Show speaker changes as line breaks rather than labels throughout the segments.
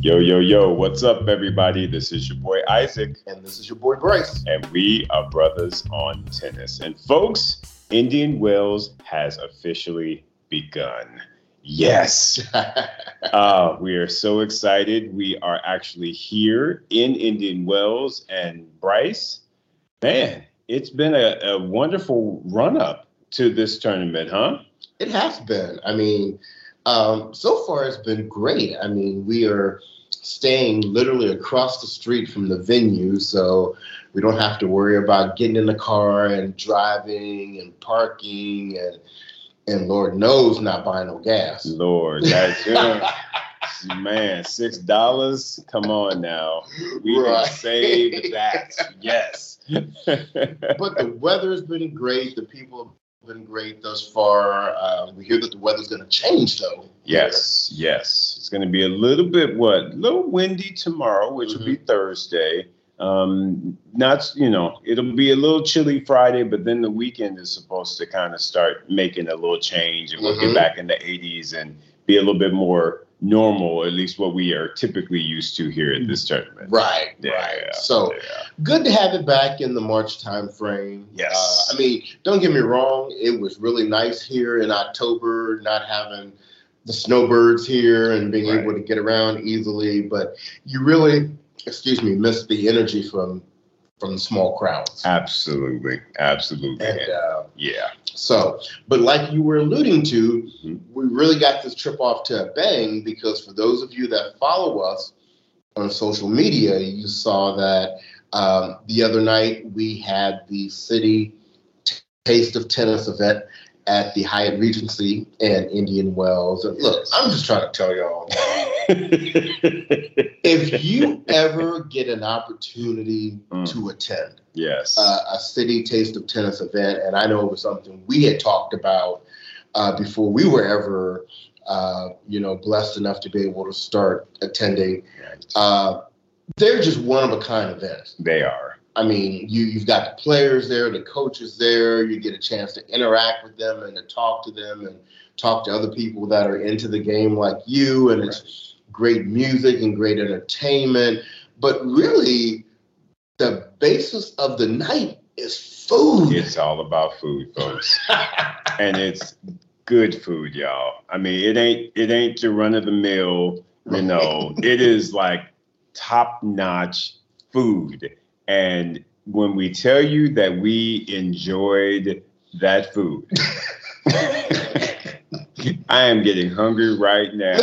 Yo, yo, yo, what's up, everybody? This is your boy Isaac,
And this is your boy Bryce.
and we are brothers on tennis. And folks, Indian Wells has officially begun. Yes. Uh, we are so excited. We are actually here in Indian Wells. And Bryce, man, it's been a, a wonderful run up to this tournament, huh?
it has been. I mean, um, so far it's been great. I mean, we are staying literally across the street from the venue, so we don't have to worry about getting in the car and driving and parking and and Lord knows not buying no gas.
Lord, that's man, six dollars. Come on now, we
Right.
can save that. Yes.
but the weather has been great. The people have been great thus far. Uh, we hear that the weather's going to change though.
Yes, yes. It's going to be a little bit what? A little windy tomorrow, which will be
Mm-hmm.
Thursday. Um, not, you know, it'll be a little chilly Friday, but then the weekend is supposed to kind of start making a little change and we'll get
Mhm.
back in the 80s and be a little bit more normal, at least what we are typically used to here at this tournament.
Right,
Yeah,
right. So
yeah.
good to have it back in the March timeframe.
Yes.
Uh, I mean, don't get me wrong, it was really nice here in October, not having the snowbirds here and being
Right.
able to get around easily, but you really, excuse me, miss the energy from from small crowds.
Absolutely. Absolutely.
And uh,
yeah.
so, but like you were alluding to,
Mhm.
we really got this trip off to a bang because for those of you that follow us on social media, you saw that um, the other night we had the city T- Taste of Tennis event at the Hyatt Regency in Indian Wells. And look, I'm just trying to tell y'all if you ever get an opportunity
Mm.
to attend,
yes.
uh, a city taste of tennis event, and I know it was something we had talked about uh, before we were ever, uh, you know, blessed enough to be able to start attending. Uh, they're just one of a kind events.
they are.
I mean, you you've got the players there, the coaches there. You get a chance to interact with them and to talk to them and talk to other people that are into the game like you. And it's great music and great entertainment. But really, the basis of the night is food.
It's all about food, folks. and it's good food, y'all. I mean, it ain't it ain't your run of the mill, you know. it is like top notch food. And when we tell you that we enjoyed that food, I am getting hungry right now.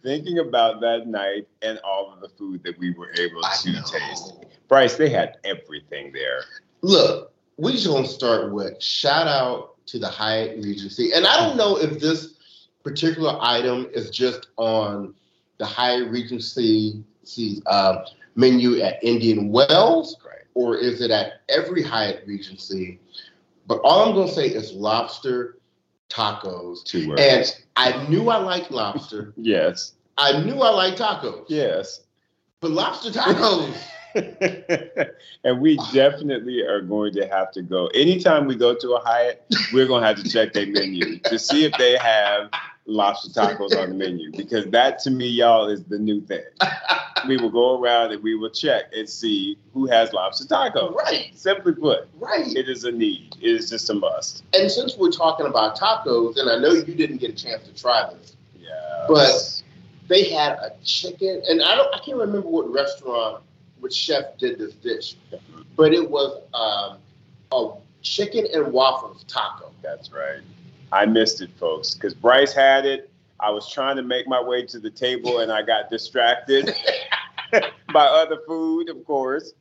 Thinking about that night and all of the food that we were able
I
to
know.
taste. Bryce, they had everything there.
Look, we just gonna start with shout out to the Hyatt Regency, and I don't know if this particular item is just on the Hyatt Regency uh, menu at Indian Wells,
Right.
or is it at every Hyatt Regency? But all I'm gonna say is lobster tacos,
Two words.
and I knew I liked lobster.
yes.
I knew I liked tacos,
Yes.
but lobster tacos.
and we
Ah.
definitely are going to have to go. Anytime we go to a Hyatt, we're going to have to check their menu to see if they have lobster tacos on the menu because that to me, y'all, is the new thing. We will go around and we will check and see who has lobster tacos.
right,
Simply put,
right.
it is a need, it is just a must.
And since we're talking about tacos, and I know you didn't get a chance to try this,
Yeah.
But- they had a chicken, and I don't, I can't remember what restaurant, which chef did this dish, but it was um, a chicken and waffles taco.
That's right. I missed it, folks, because Bryce had it. I was trying to make my way to the table and I got distracted by other food, of course.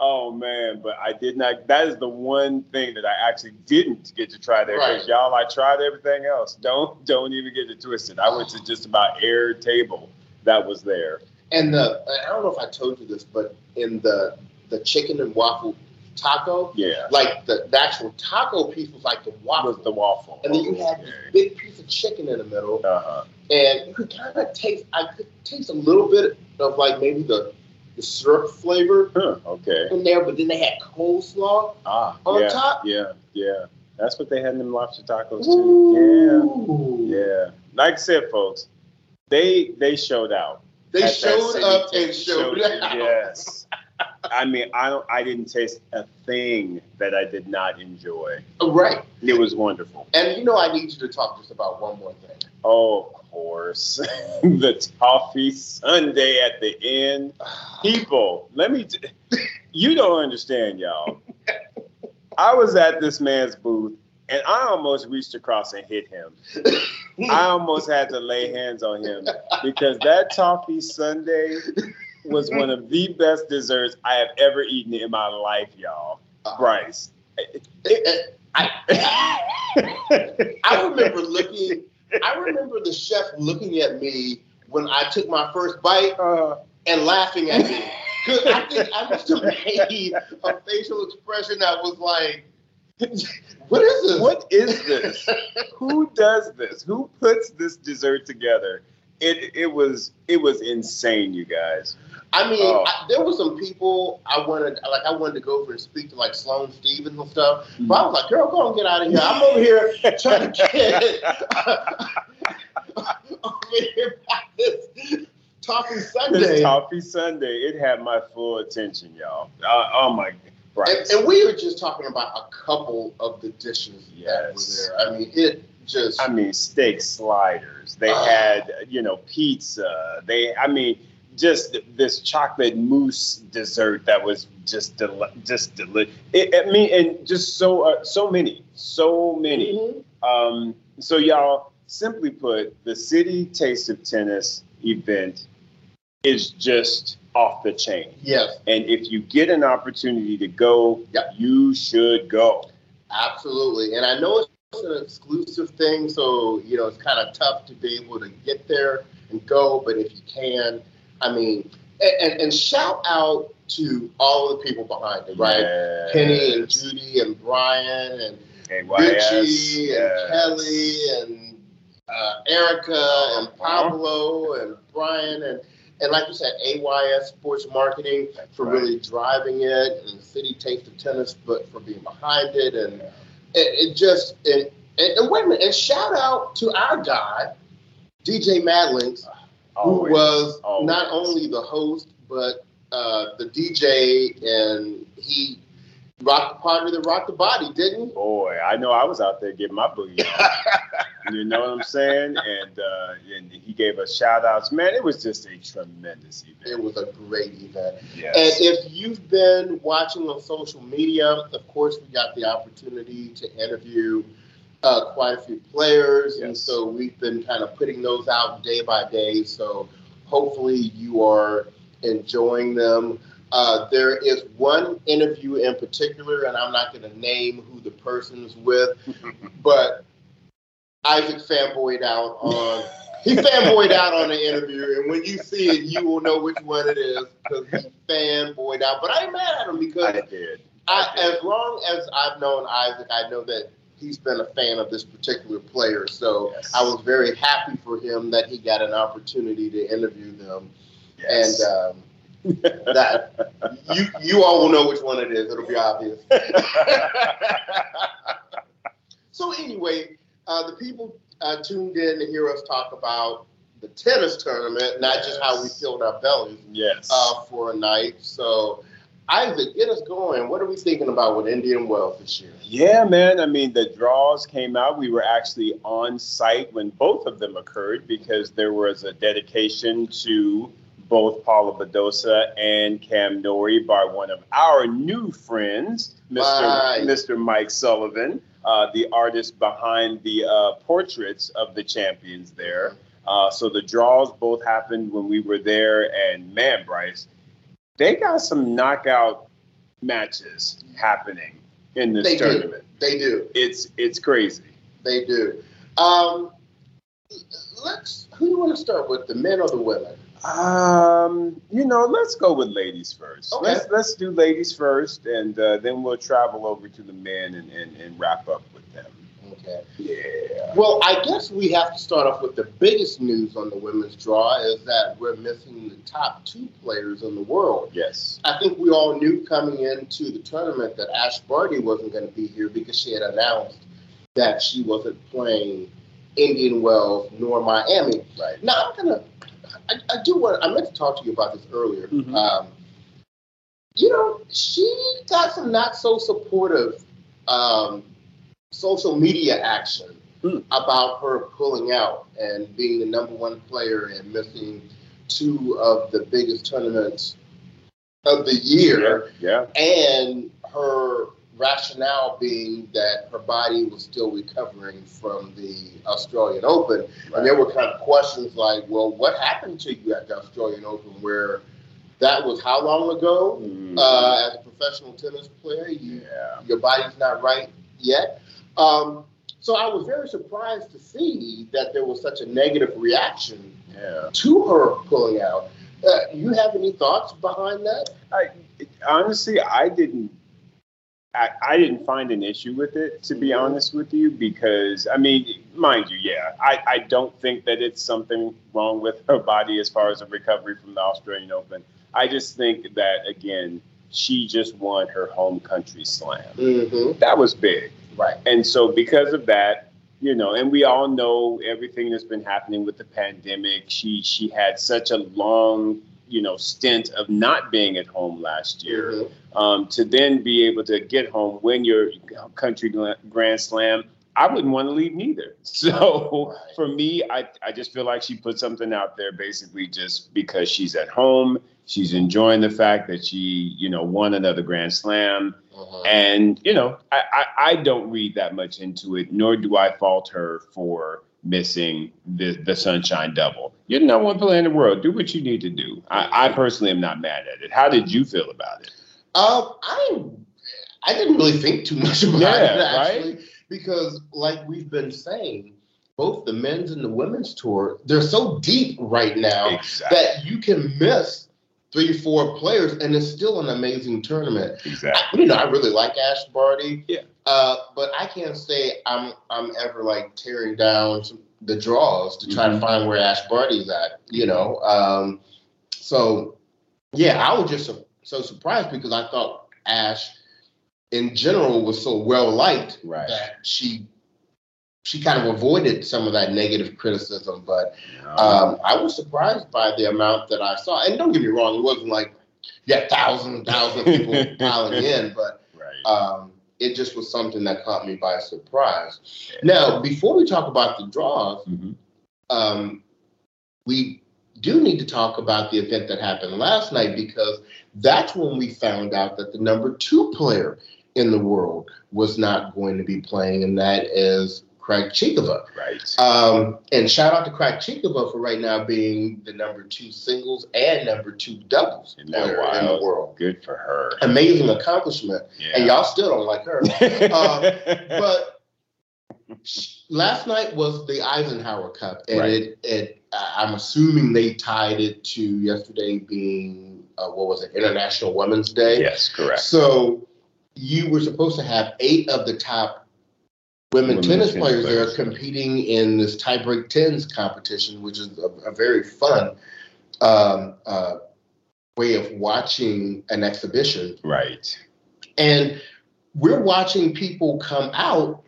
Oh man, but I did not. That is the one thing that I actually didn't get to try there because
Right.
y'all, I tried everything else. Don't don't even get it twisted. I went to just about every table that was there.
And the, I don't know if I told you this, but in the the chicken and waffle taco,
Yeah,
like the, the actual taco piece was like the waffle,
was the waffle.
and then you had this big piece of chicken in the middle,
Uh huh.
and you could kind of taste. I could taste a little bit of like maybe the, the syrup flavor
Okay.
in there, but then they had coleslaw
Ah.
on
yeah.
top.
Yeah, yeah. That's what they had in them lobster tacos too.
Ooh.
Yeah. Yeah. Like I said, folks, they they showed out.
They
at that
showed
city
up
tech
and showed
show.
out.
Yes. I mean, I don't. I didn't taste a thing that I did not enjoy.
Right.
It was wonderful.
And you know, I need you to talk just about one more thing.
Oh, of course, the toffee Sunday at the end. People, let me. T- you don't understand, y'all. I was at this man's booth, and I almost reached across and hit him. I almost had to lay hands on him because that toffee Sunday was one of the best desserts I have ever eaten in my life, y'all. Bryce.
I remember looking. I remember the chef looking at me when I took my first bite
Uh,
and laughing at me. 'Cause I think I must have made a facial expression that was like, "What is this?"
what is this? Who does this? Who puts this dessert together? It it was it was insane, you guys.
I mean,
Oh.
I, there were some people I wanted, like, I wanted to go over and speak to, like Sloan Stevens and stuff. But I was like, "Girl, go and get out of here! I'm over here trying to get over here by this talking Sunday."
This toffee Sunday, it had my full attention, y'all. Uh, oh my,
And,
Bryce.
and we were just talking about a couple of the dishes
Yes.
that were there. I mean, it just
I mean, steak sliders. They
Ah.
had, you know, pizza. They, I mean, just th- this chocolate mousse dessert that was just del- just deli- it, I mean, and just so uh, so many, so many.
Mhm.
Um, so y'all, simply put, the City Taste of Tennis event is just off the chain.
yes,
And if you get an opportunity to go,
Yeah.
you should go.
absolutely. And I know it's an exclusive thing, so you know it's kind of tough to be able to get there and go. But if you can, I mean, and, and, and shout out to all of the people behind it, right?
Yes.
Penny and Judy and Brian and
KYS,
Richie
yes.
and Kelly and uh, Erica
Uh-huh.
and Pablo and Brian and and like you said, AYS Sports Marketing
That's
for
right.
really driving it, and the City Taste of Tennis, but for being behind it, and
Yeah.
it, it just and, and, and wait a minute, and shout out to our guy, DJ Madlinks,
Always.
who was
always.
not only the host but uh, the DJ, and he rocked the party that rocked the body, didn't he?
Boy, I know I was out there getting my booty on. you know what I'm saying? And uh, and he gave us shout outs. Man, it was just a tremendous
It
event.
was a great event. And
Yes.
if you've been watching on social media, of course, we got the opportunity to interview uh, quite a few players. And
Yes.
so we've been kind of putting those out day by day. So hopefully you are enjoying them. Uh, there is one interview in particular, and I'm not going to name who the person is with, but Isaac fanboyed out on he fanboyed out on the interview, and when you see it, you will know which one it is because he fanboyed out. But I ain't mad at him
I
because
did.
I, as long as I've known Isaac, I know that he's been a fan of this particular player. So
Yes.
I was very happy for him that he got an opportunity to interview them,
Yes.
and uh, um, that you you all will know which one it is. It'll be obvious. So anyway, uh, the people uh, tuned in to hear us talk about the tennis tournament, not just how we
Yes.
filled our bellies
yes.
uh, for a night. So Isaac, get us going. What are we thinking about with Indian Wells this year?
Yeah, man. I mean, the draws came out. We were actually on site when both of them occurred because there was a dedication to both Paula Bedosa and Cam Nori by one of our new friends, Mr.
Right.
Mr. Mike Sullivan, uh, the artist behind the uh, portraits of the champions there. Uh, so the draws both happened when we were there, and man, Bryce, they got some knockout matches happening in this
They did.
tournament.
They do.
It's it's crazy.
They do. Um, let's. Who do you want to start with, the men or the women?
Um, you know, let's go with ladies first.
Okay.
Let's let's do ladies first, and uh, then we'll travel over to the men and, and, and wrap up with them.
Okay.
Yeah.
Well, I guess we have to start off with the biggest news on the women's draw is that we're missing the top two players in the world.
Yes.
I think we all knew coming into the tournament that Ash Barty wasn't going to be here because she had announced that she wasn't playing Indian Wells nor Miami.
Right.
Now I'm gonna. I, I do want. I meant to talk to you about this earlier.
Mhm.
Um, you know, she got some not so supportive um, social media action
Hmm.
about her pulling out and being the number one player and missing two of the biggest tournaments of the year
Yeah.
and her rationale being that her body was still recovering from the Australian Open. And there were kind of questions like, well, what happened to you at the Australian Open where that was how long ago?
Mhm.
Uh, as a professional tennis player, you,
yeah.
your body's not right yet. Um, so I was very surprised to see that there was such a negative reaction
Yeah.
to her pulling out. Uh, you have any thoughts behind that?
honestly, I didn't. I, I didn't find an issue with it, to be honest with you, because I mean, mind you, yeah, I, I don't think that it's something wrong with her body as far as the recovery from the Australian Open. I just think that again, she just won her home country slam.
Mm-hmm.
That was big.
Right.
And so because of that, you know, and we all know everything that's been happening with the pandemic. She she had such a long, you know, stint of not being at home last year.
Mhm.
Um, to then be able to get home, win your country gla- grand slam, I wouldn't want to leave neither. So
Right.
for me, I, I just feel like she put something out there basically just because she's at home. She's enjoying the fact that she, you know, won another grand slam.
Mhm.
And, you know, I, I, I don't read that much into it, nor do I fault her for missing the, the Sunshine Double. You're the number one player in the world. Do what you need to do. I, I personally am not mad at it. How did you feel about it?
Um, I I didn't really think too much about it
Yeah, right?
actually, because like we've been saying, both the men's and the women's tour they're so deep right now
Exactly.
that you can miss three, four players, and it's still an amazing tournament.
exactly.
I, you know, I really like Ash Barty.
Yeah.
Uh, but I can't say I'm I'm ever like tearing down some- the draws to try
Mhm.
to find where Ash Barty's at. You know. Um, so yeah, I was just so, so surprised because I thought Ash, in general, was so well liked
Right.
that she she kind of avoided some of that negative criticism, but
Um,
um, I was surprised by the amount that I saw. And don't get me wrong, it wasn't like you had thousands and thousands of people piling in, but
right.
um, it just was something that caught me by surprise. Now, before we talk about the draws,
Mhm.
um, we do need to talk about the event that happened last night because that's when we found out that the number two player in the world was not going to be playing, and that is Craig Chikova.
Right.
Um, and shout out to Crack Chikova for right now being the number two singles and number two doubles
Isn't that
player in
wild?
the world.
Good for her.
Amazing accomplishment. And y'all still don't like her.
Yeah.
But sh- last night was the Eisenhower Cup, and
Right.
it, it I- I'm assuming they tied it to yesterday being uh, what was it International Women's Day.
yes, correct.
So you were supposed to have eight of the top women,
Women
tennis,
tennis
players that
players.
are competing in this tiebreak tens competition, which is a, a very fun um, uh, way of watching an exhibition.
Right.
And we're watching people come out,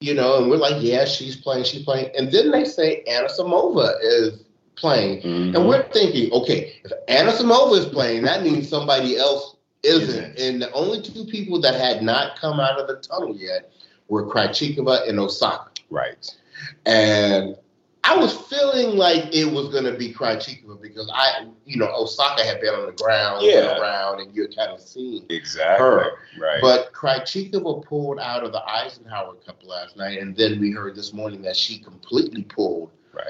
you know, and we're like, yeah, she's playing, she's playing. And then they say Anna Samova is playing.
Mm-hmm.
And we're thinking, okay, if Anna Samova is playing, that means somebody else isn't.
Isn't.
And the only two people that had not come out of the tunnel yet were Krejcikova and Osaka.
Right.
And I was feeling like it was going to be Krejcikova because I, you know, Osaka had been on the ground, been
Yeah.
around, and you're kind of seeing.
Exactly.
Her.
Right.
But Krejcikova pulled out of the Eisenhower Cup last night, and then we heard this morning that she completely pulled,
right.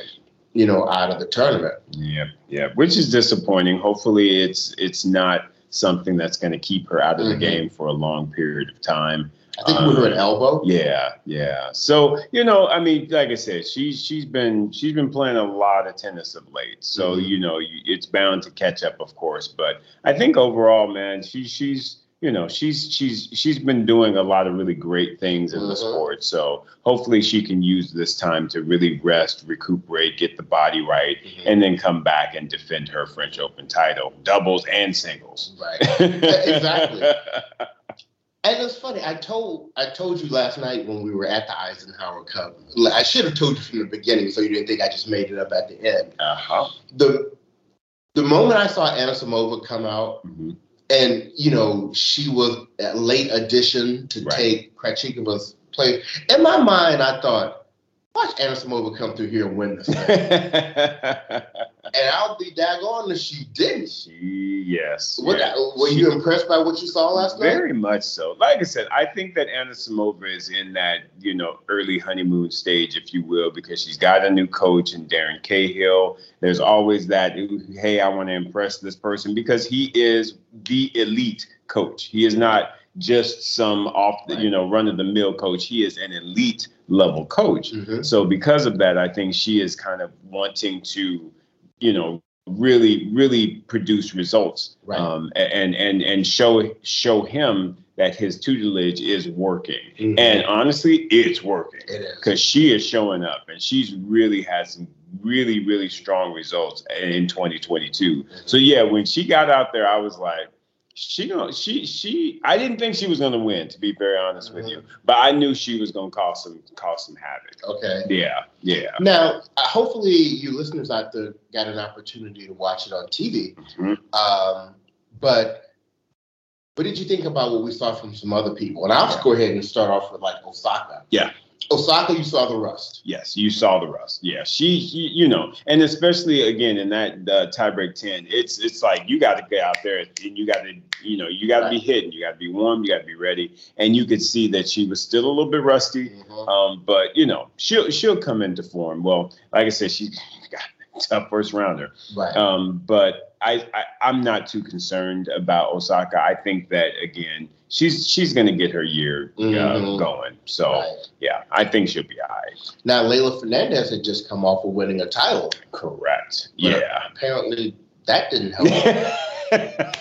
you know, out of the tournament.
Yep, yep. Which is disappointing. Hopefully, it's it's not something that's going to keep her out of the
Mhm.
game for a long period of time.
I think we
Um,
were an elbow.
Yeah, yeah. So you know, I mean, like I said, she's she's been she's been playing a lot of tennis of late. So
Mhm.
you know, you, it's bound to catch up, of course. But I think overall, man, she she's you know she's she's she's been doing a lot of really great things in the
Mhm.
sport. So hopefully, she can use this time to really rest, recuperate, get the body right
Mm-hmm.
and then come back and defend her French Open title, doubles and singles.
Right. exactly. And it's funny. I told I told you last night when we were at the Eisenhower Cup. I should have told you from the beginning, so you didn't think I just made it up at the end.
Uh huh.
the The moment I saw Anna Samova come out,
hmm
and you know she was a late addition to
Right.
take Krachikova's place. In my mind, I thought, watch Anna Samova come through here and win this, thing."
Mm-hmm.
and I'll be daggone if she didn't.
she, yes.
What,
yes.
Were you impressed by what you saw last night?
Very much so. Like I said, I think that Anna Samova is in that, you know, early honeymoon stage, if you will, because she's got a new coach in Darren Cahill. There's always that, ooh, hey, I want to impress this person because he is the elite coach. He is not just some off the, you know, run of the mill coach. He is an elite level coach.
Mhm.
So because of that, I think she is kind of wanting to, you know, really, really produce results,
Right.
um, and and and show show him that his tutelage is working.
Mhm.
And honestly, it's working
it is.
because she is showing up, and she's really had some really really strong results in 2022. So yeah, when she got out there, I was like. She gonna she she I didn't think she was gonna win to be very honest with you, but I knew she was gonna cause some cause some havoc.
Okay.
Yeah, yeah.
Now, uh, hopefully, you listeners out there got an opportunity to watch it on TV.
Mhm.
Um, but what did you think about what we saw from some other people? And I'll just go ahead and start off with like Osaka.
Yeah.
Osaka, you saw the rust.
Yes, you saw the rust. Yeah, she, he, you know, and especially again in that uh, tiebreak ten, it's it's like you got to get out there and you got to, you know, you got to be hitting, you got to be warm, you got to be ready, and you could see that she was still a little bit rusty, um, but you know, she'll she'll come into form. Well, like I said, she got a tough first rounder.
Right.
Um, but I, I I'm not too concerned about Osaka. I think that again, she's she's gonna get her year uh,
Mhm.
going. So
Right.
yeah, I think she'll be all right.
Now, Layla Fernandez had just come off of winning a title.
Correct.
Right.
Yeah.
Apparently, that didn't help.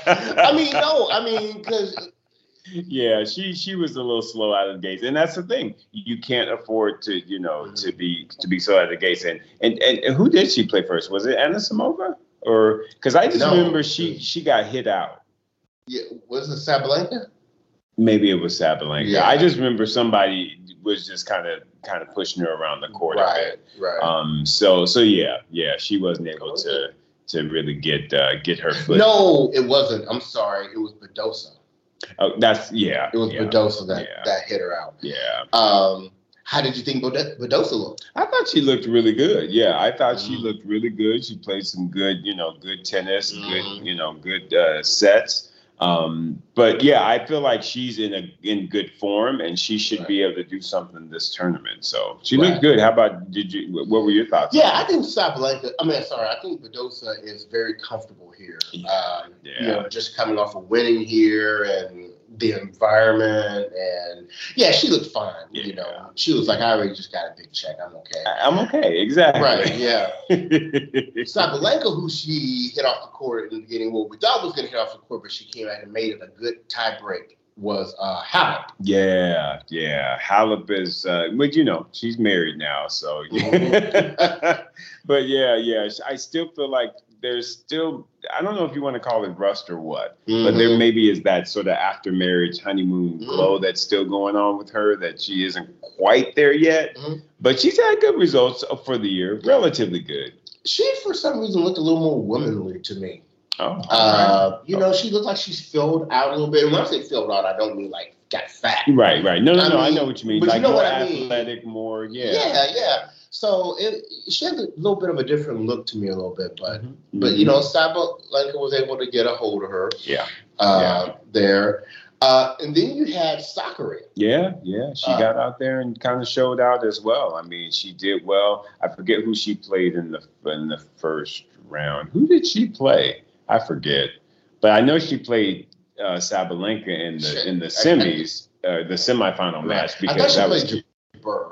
I mean, no, I mean, because,
yeah, she she was a little slow out of the gates, and that's the thing. You can't afford to you know to be to be slow out of the gates. And and and who did she play first? Was it Anna Samova or because I just
No.
remember she she got hit out.
yeah, was it Sabalenka?
Maybe it was Sabalenka.
Yeah.
I just remember somebody was just kind of kind of pushing her around the court. a
Right,
bit.
right.
Um. So so yeah yeah she wasn't able to to really get uh, get her foot.
no, it wasn't. I'm sorry. It was Bedosa.
Oh, that's yeah.
It was
yeah,
Bedosa that,
Yeah.
that hit her out.
yeah.
Um, how did you think Bode- Bedosa looked?
I thought she looked really good. Yeah, I thought she
Mhm.
looked really good. She played some good you know good tennis,
Mhm.
good you know good uh, sets. Um, but yeah, I feel like she's in a in good form, and she should be able to do something this tournament. So she
Right.
looked good. How about did you? What were your thoughts?
Yeah, I think Sabalenka. I mean, sorry, I think Bedosa is very comfortable here. Um, You
Yeah.
know, just coming off of winning here and the environment, and yeah, she looked fine. You know, she was like, I already just got a big check. I'm okay.
I- I'm okay. Exactly.
Right, yeah.
Right.
Sabalenka, who she hit off the court in the beginning, what we thought was going to hit off the court, but she came out and made it a good tie break, was uh, Howard.
yeah. Yeah. Halep is, uh, but you know, she's married now, so. but yeah, yeah. sh- I still feel like there's still. I don't know if you want to call it rust or what, but there
Mm-hmm.
maybe is that sort of after marriage honeymoon
Mhm.
glow that's still going on with her that she isn't quite there yet.
Mhm.
But she's had good results for the year, relatively good.
she, for some reason, looked a little more womanly to me.
Oh,
Uh, you know, she looked like she's filled out a little bit. And when I say filled out, I don't mean like got fat.
right, right. No, no,
I
no. I
mean,
know what you mean.
but you
Like
know
more
what I mean.
athletic, more yeah,
yeah. yeah. So it, she had a little bit of a different look to me, a little bit, but
Mhm.
but you know, Sabalenka was able to get a hold of her.
Yeah.
Uh, There, uh, and then you had Sakari.
Yeah, yeah. She
Uh,
got out there and kind of showed out as well. I mean, she did well. I forget who she played in the in the first round. Who did she play? I forget. But I know she played uh, Sabalenka in the in the
Shit. I- I-
semis, uh, the semifinal match
I thought
because
she
that was.
played Jabir.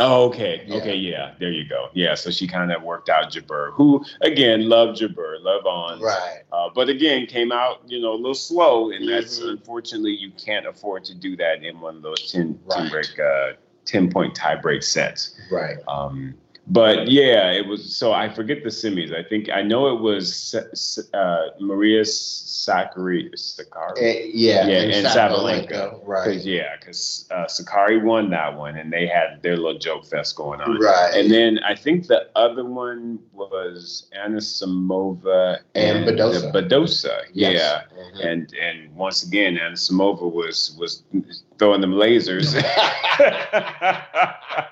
Oh, okay,
Yeah.
okay, yeah. There you go. Yeah, so she kind of worked out Jabir, who again loved Jabir, love on.
Right.
Uh, but again, came out you know a little slow, and that's
Mhm.
unfortunately you can't afford to do that in one of those 10, 10
Right.
break uh, ten point tie break sets.
Right.
Um, but yeah, it was. So I forget the semis. I think I know it was uh, Maria Sakkari. Sakkari.
Eh, yeah,
Yeah, and
Sabalenka,
Sabalenka.
right?
Cause, yeah, because uh, Sakari won that one, and they had their little joke fest going on.
Right.
And then I think the other one was Anna Samova
And Badosa.
the Badosa, yeah.
Yes. Mhm.
And and once again, Anna Samova was was throwing them lasers.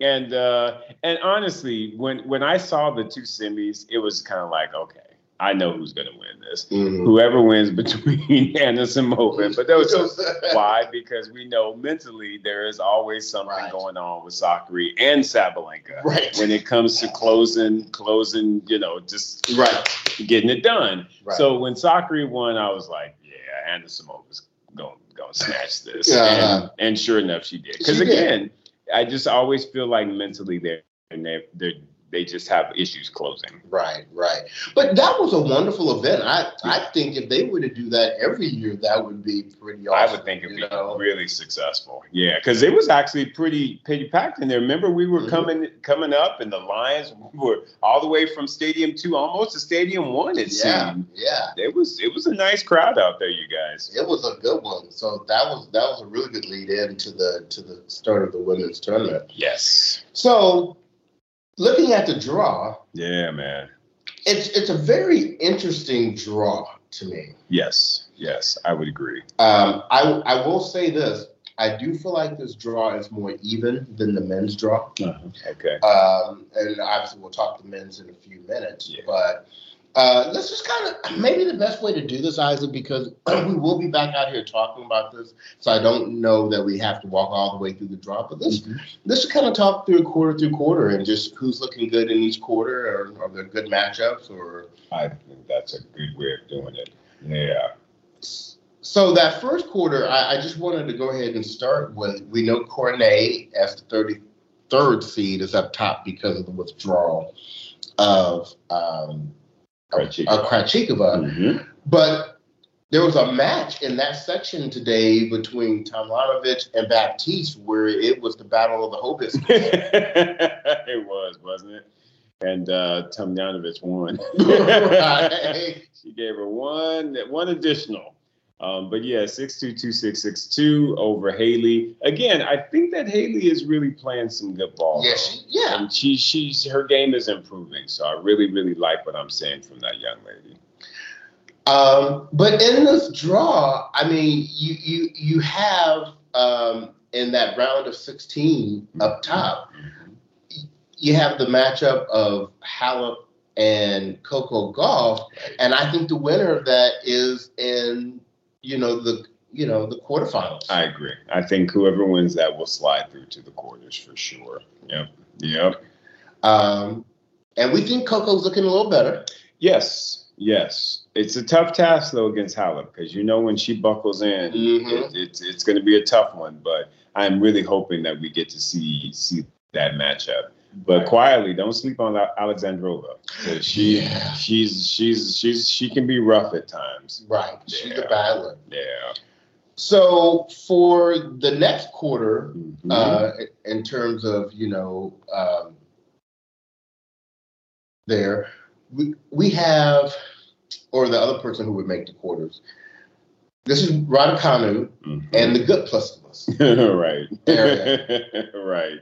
and uh, and honestly, when when I saw the two semis, it was kind of like, okay, I know who's gonna win this.
Mhm.
Whoever wins between Anna Samova and Badosa.
Badosa.
Why? Because we know mentally there is always something
Right.
going on with Sakari and Sabalenka
Right.
when it comes to closing, closing, you know, just
Right.
getting it done.
Right.
So when Sakari won, I was like, yeah, Anna Samova's going to snatch this.
Uh-huh.
And, and sure enough, she did. Because
She did.
again, I just always feel like mentally they're, and they're, they're, they just have issues closing.
Right, right. But that was a wonderful event. I, I think if they were to do that every year, that would be pretty awesome.
I would think it'd
you
be
know?
really successful. Yeah, because it was actually pretty pretty packed in there. Remember, we were
Mhm.
coming coming up, and the lines were all the way from Stadium Two, almost to Stadium One. It
Yeah,
seemed
yeah.
it was it was a nice crowd out there, you guys.
It was a good one. So that was that was a really good lead in to the to the start of the women's tournament.
Yes.
So looking at the draw,
Yeah, man.
it's it's a very interesting draw to me.
Yes. Yes, I would agree.
Um, I I will say this. I do feel like this draw is more even than the men's draw.
Okay.
Um, and obviously, we'll talk to men's in a few minutes.
Yeah.
But uh, let's just kind of maybe the best way to do this, Isaac, because we will be back out here talking about this. So I don't know that we have to walk all the way through the draw, but let's let's kind of talk through quarter through quarter and just who's looking good in each quarter, or are there good matchups, or
I think that's a good way of doing it. Yeah.
So that first quarter, I, I just wanted to go ahead and start with we know Cornet as the thirty third seed is up top because of the withdrawal of um
Krejcikova.
of Krejcikova.
Mhm.
But there was a match in that section today between Tomlanovich and Baptiste where it was the battle of the Hobus.
it was, wasn't it? And uh, Tomjanovic won.
Uh, Right.
She gave her one one additional. Um, but yeah, six two two six six two over Haley. Again, I think that Haley is really playing some good ball.
Yeah, she, yeah.
And she she's her game is improving. So I really, really like what I'm seeing from that young lady.
Um, but in this draw, I mean, you you you have um, in that round of sixteen up
Mm-hmm.
top. you have the matchup of Halep and Coco Golf, and I think the winner of that is in you know the you know the quarterfinals.
I agree. I think whoever wins that will slide through to the quarters for sure. Yep. Yep.
Um, and we think Coco's looking a little better.
Yes. Yes. It's a tough task though against Halep because you know when she buckles in,
Mm-hmm.
it, it's it's going to be a tough one, but I'm really hoping that we get to see see that matchup. But quietly, don't sleep on Ale- Alexandrova. 'cause She
Yeah.
she's she's she's she can be rough at times.
Right, she's a
Yeah.
battler.
Yeah.
So for the next quarter,
Mhm.
uh, in terms of you know um, there we, we have or the other person who would make the quarters this is Raducanu
Mhm.
and the good plus of us
right.
Area.
right.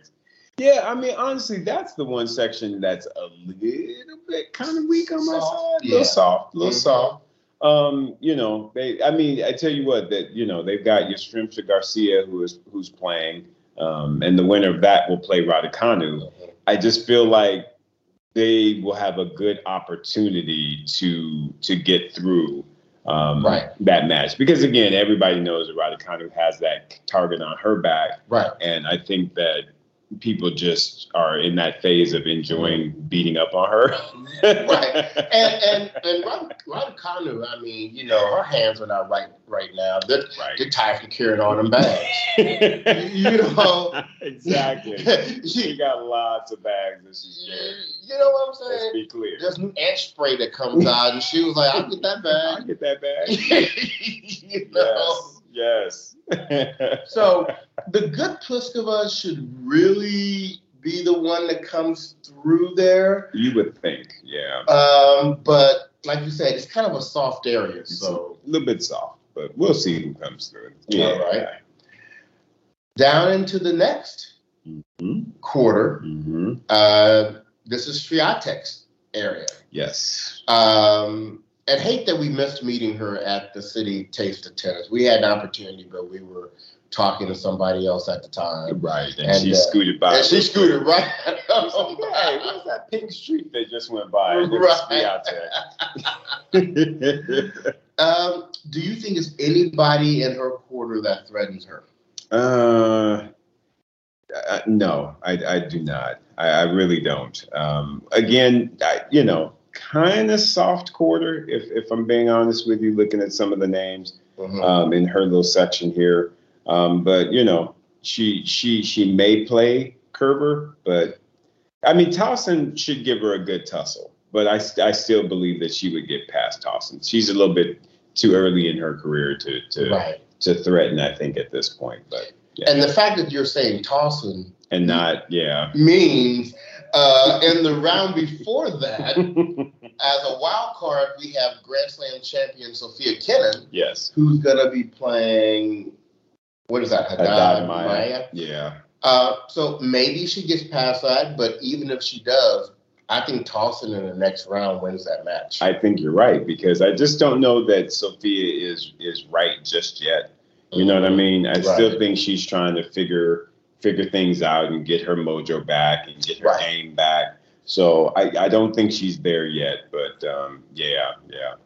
Yeah, I mean, honestly, that's the one section that's a little bit kind of weak on my
Soft,
side. A
yeah.
little soft, a little
Mhm.
soft. Um, you know, they. I mean, I tell you what, that you know, they've got Yastrzemska Garcia who is who's playing, um, and the winner of that will play Raducanu. I just feel like they will have a good opportunity to to get through um,
Right.
that match because again, everybody knows that Raducanu has that target on her back,
right
and I think that people just are in that phase of enjoying beating up on her.
Right. and and and Radu- Raducanu I mean you know her hands are not right right now they're,
Right.
they're tired from carrying on them bags you know
exactly. She
she,
got lots of bags that she's carrying.
you know what I'm saying
Let's be clear.
there's new ant spray that comes out, and she was like, "I'll get that
I
bag."
get that bag.
you know?
Yes. Yes.
So the good Pliskova should really be the one that comes through there.
You would think, yeah.
Um, but like you said, it's kind of a soft area.
It's
So
a little bit soft, but we'll see who comes through.
Yeah, right. down into the next
Mhm.
quarter,
Mhm.
uh, this is Triatex area.
Yes.
Um, and hate that we missed meeting her at the city taste of tennis. We had an opportunity, but we were talking to somebody else at the time.
Right. And,
And,
she
uh,
scooted by.
And she scooted right
I was like, hey, what's that pink street that just went by? And there was three out there.
Um, do you think it's anybody in her quarter that threatens her?
Uh, I- no, I, I do not. I, I really don't. Um, again, I, you know, kind of soft quarter, if, if I'm being honest with you, looking at some of the names um, in her little section here. Um, but, you know, she she she may play Kerber, but I mean, Towson should give her a good tussle. But I, st- I still believe that she would get past Towson. She's a little bit too early in her career to to,
Right.
to threaten, I think, at this point. But
And the fact that you're saying Tawson
and not yeah
means uh, in the round before that, as a wild card, we have Grand Slam champion Sophia Kennan,
yes
who's going to be playing, what is that,
Haddad
Haddad
Maya.
Maya?
yeah
Uh, so maybe she gets past that, but even if she does, I think Tawson in the next round wins that match.
i think you're right because i just don't know that sophia is is right just yet you know what i mean i still
Right.
think she's trying to figure figure things out and get her mojo back and get her
Right.
game back so i i don't think she's there yet but um yeah yeah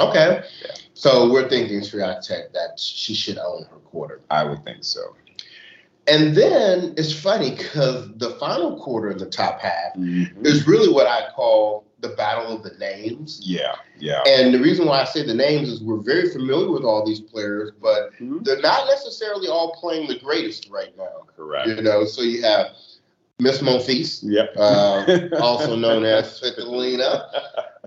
Okay.
Yeah.
So we're thinking Tech that she should own her quarter.
i would think so
And then it's funny because the final quarter in the top half
Mhm.
is really what I call the battle of the names.
yeah yeah
And the reason why I say the names is we're very familiar with all these players, but
Mhm.
they're not necessarily all playing the greatest right now.
correct
You know, so you have Miss Monfils,
yep
uh, also known as Svitolina.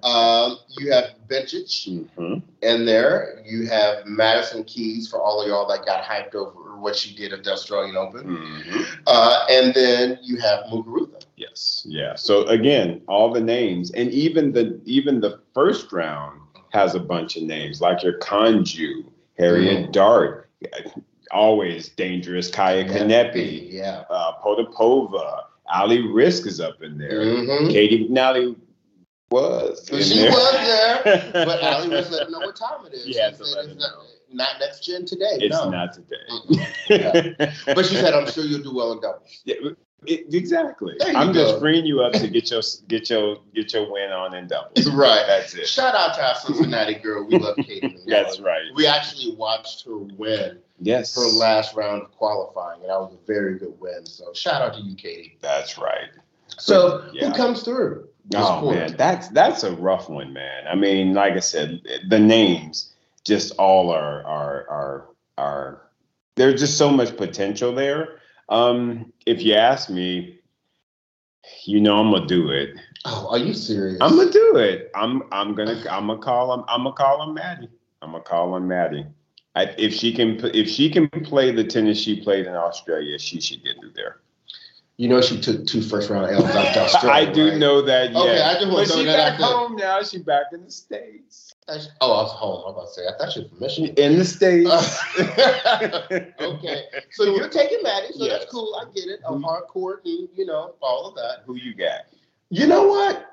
Um, you have Benchich,
Mhm.
in there. You have Madison Keys for all of y'all that got hyped over what she did at the Australian Open.
Mhm.
Uh, and then you have Muguruza.
Yes. Yeah. So again, all the names, and even the even the first round has a bunch of names like your Kanju,
Mm-hmm.
Harriet Dart, always dangerous Kaya Kanepi,
Yeah.
uh, Potapova, Ali Risk is up in there.
hmm
Katie McNally was Mm-hmm. in
she
there.
was there, but Ali was letting know what time it is.
Yeah,
She
to
said
let her
it's
know.
not, not next gen today.
It's
no.
not
Mm-mm.
today.
But she said, I'm sure you'll do well in doubles.
Yeah, it- exactly.
There you
I'm just
go.
freeing you up to get your get your get your win on in doubles.
Right.
That's it.
Shout out to our Cincinnati girl. We love Katie.
That's right.
We actually watched her win
Yes.
her last round of qualifying, and that was a very good win. So shout out to you, Katie.
That's right.
So
Yeah.
who comes through? this
Oh
quarter?
man, that's that's a rough one, man. I mean, like I said, the names just all are are are are there's just so much potential there. Um, if you ask me, you know I'm gonna do it.
Oh, are you serious?
I'm gonna do it. I'm I'm gonna I'm gonna call him. I'm gonna call him Maddie. I'm gonna call him Maddie. I, if she can p- if she can play the tennis she played in Australia, she should get through there.
you know she took two first round L's out to Australia.
I do
right?
know that. Yeah.
Okay, I just want
But
to
she
throw that
back
out
home now. She back in the states.
there. Oh, I was home. I was about to say. I thought you were from Michigan.
In the states.
Uh, okay, so you're taking Maddie, so
Yes.
that's cool. I get it. I'm
Mhm.
hardcore, and you know all of that.
Who you got?
You know what?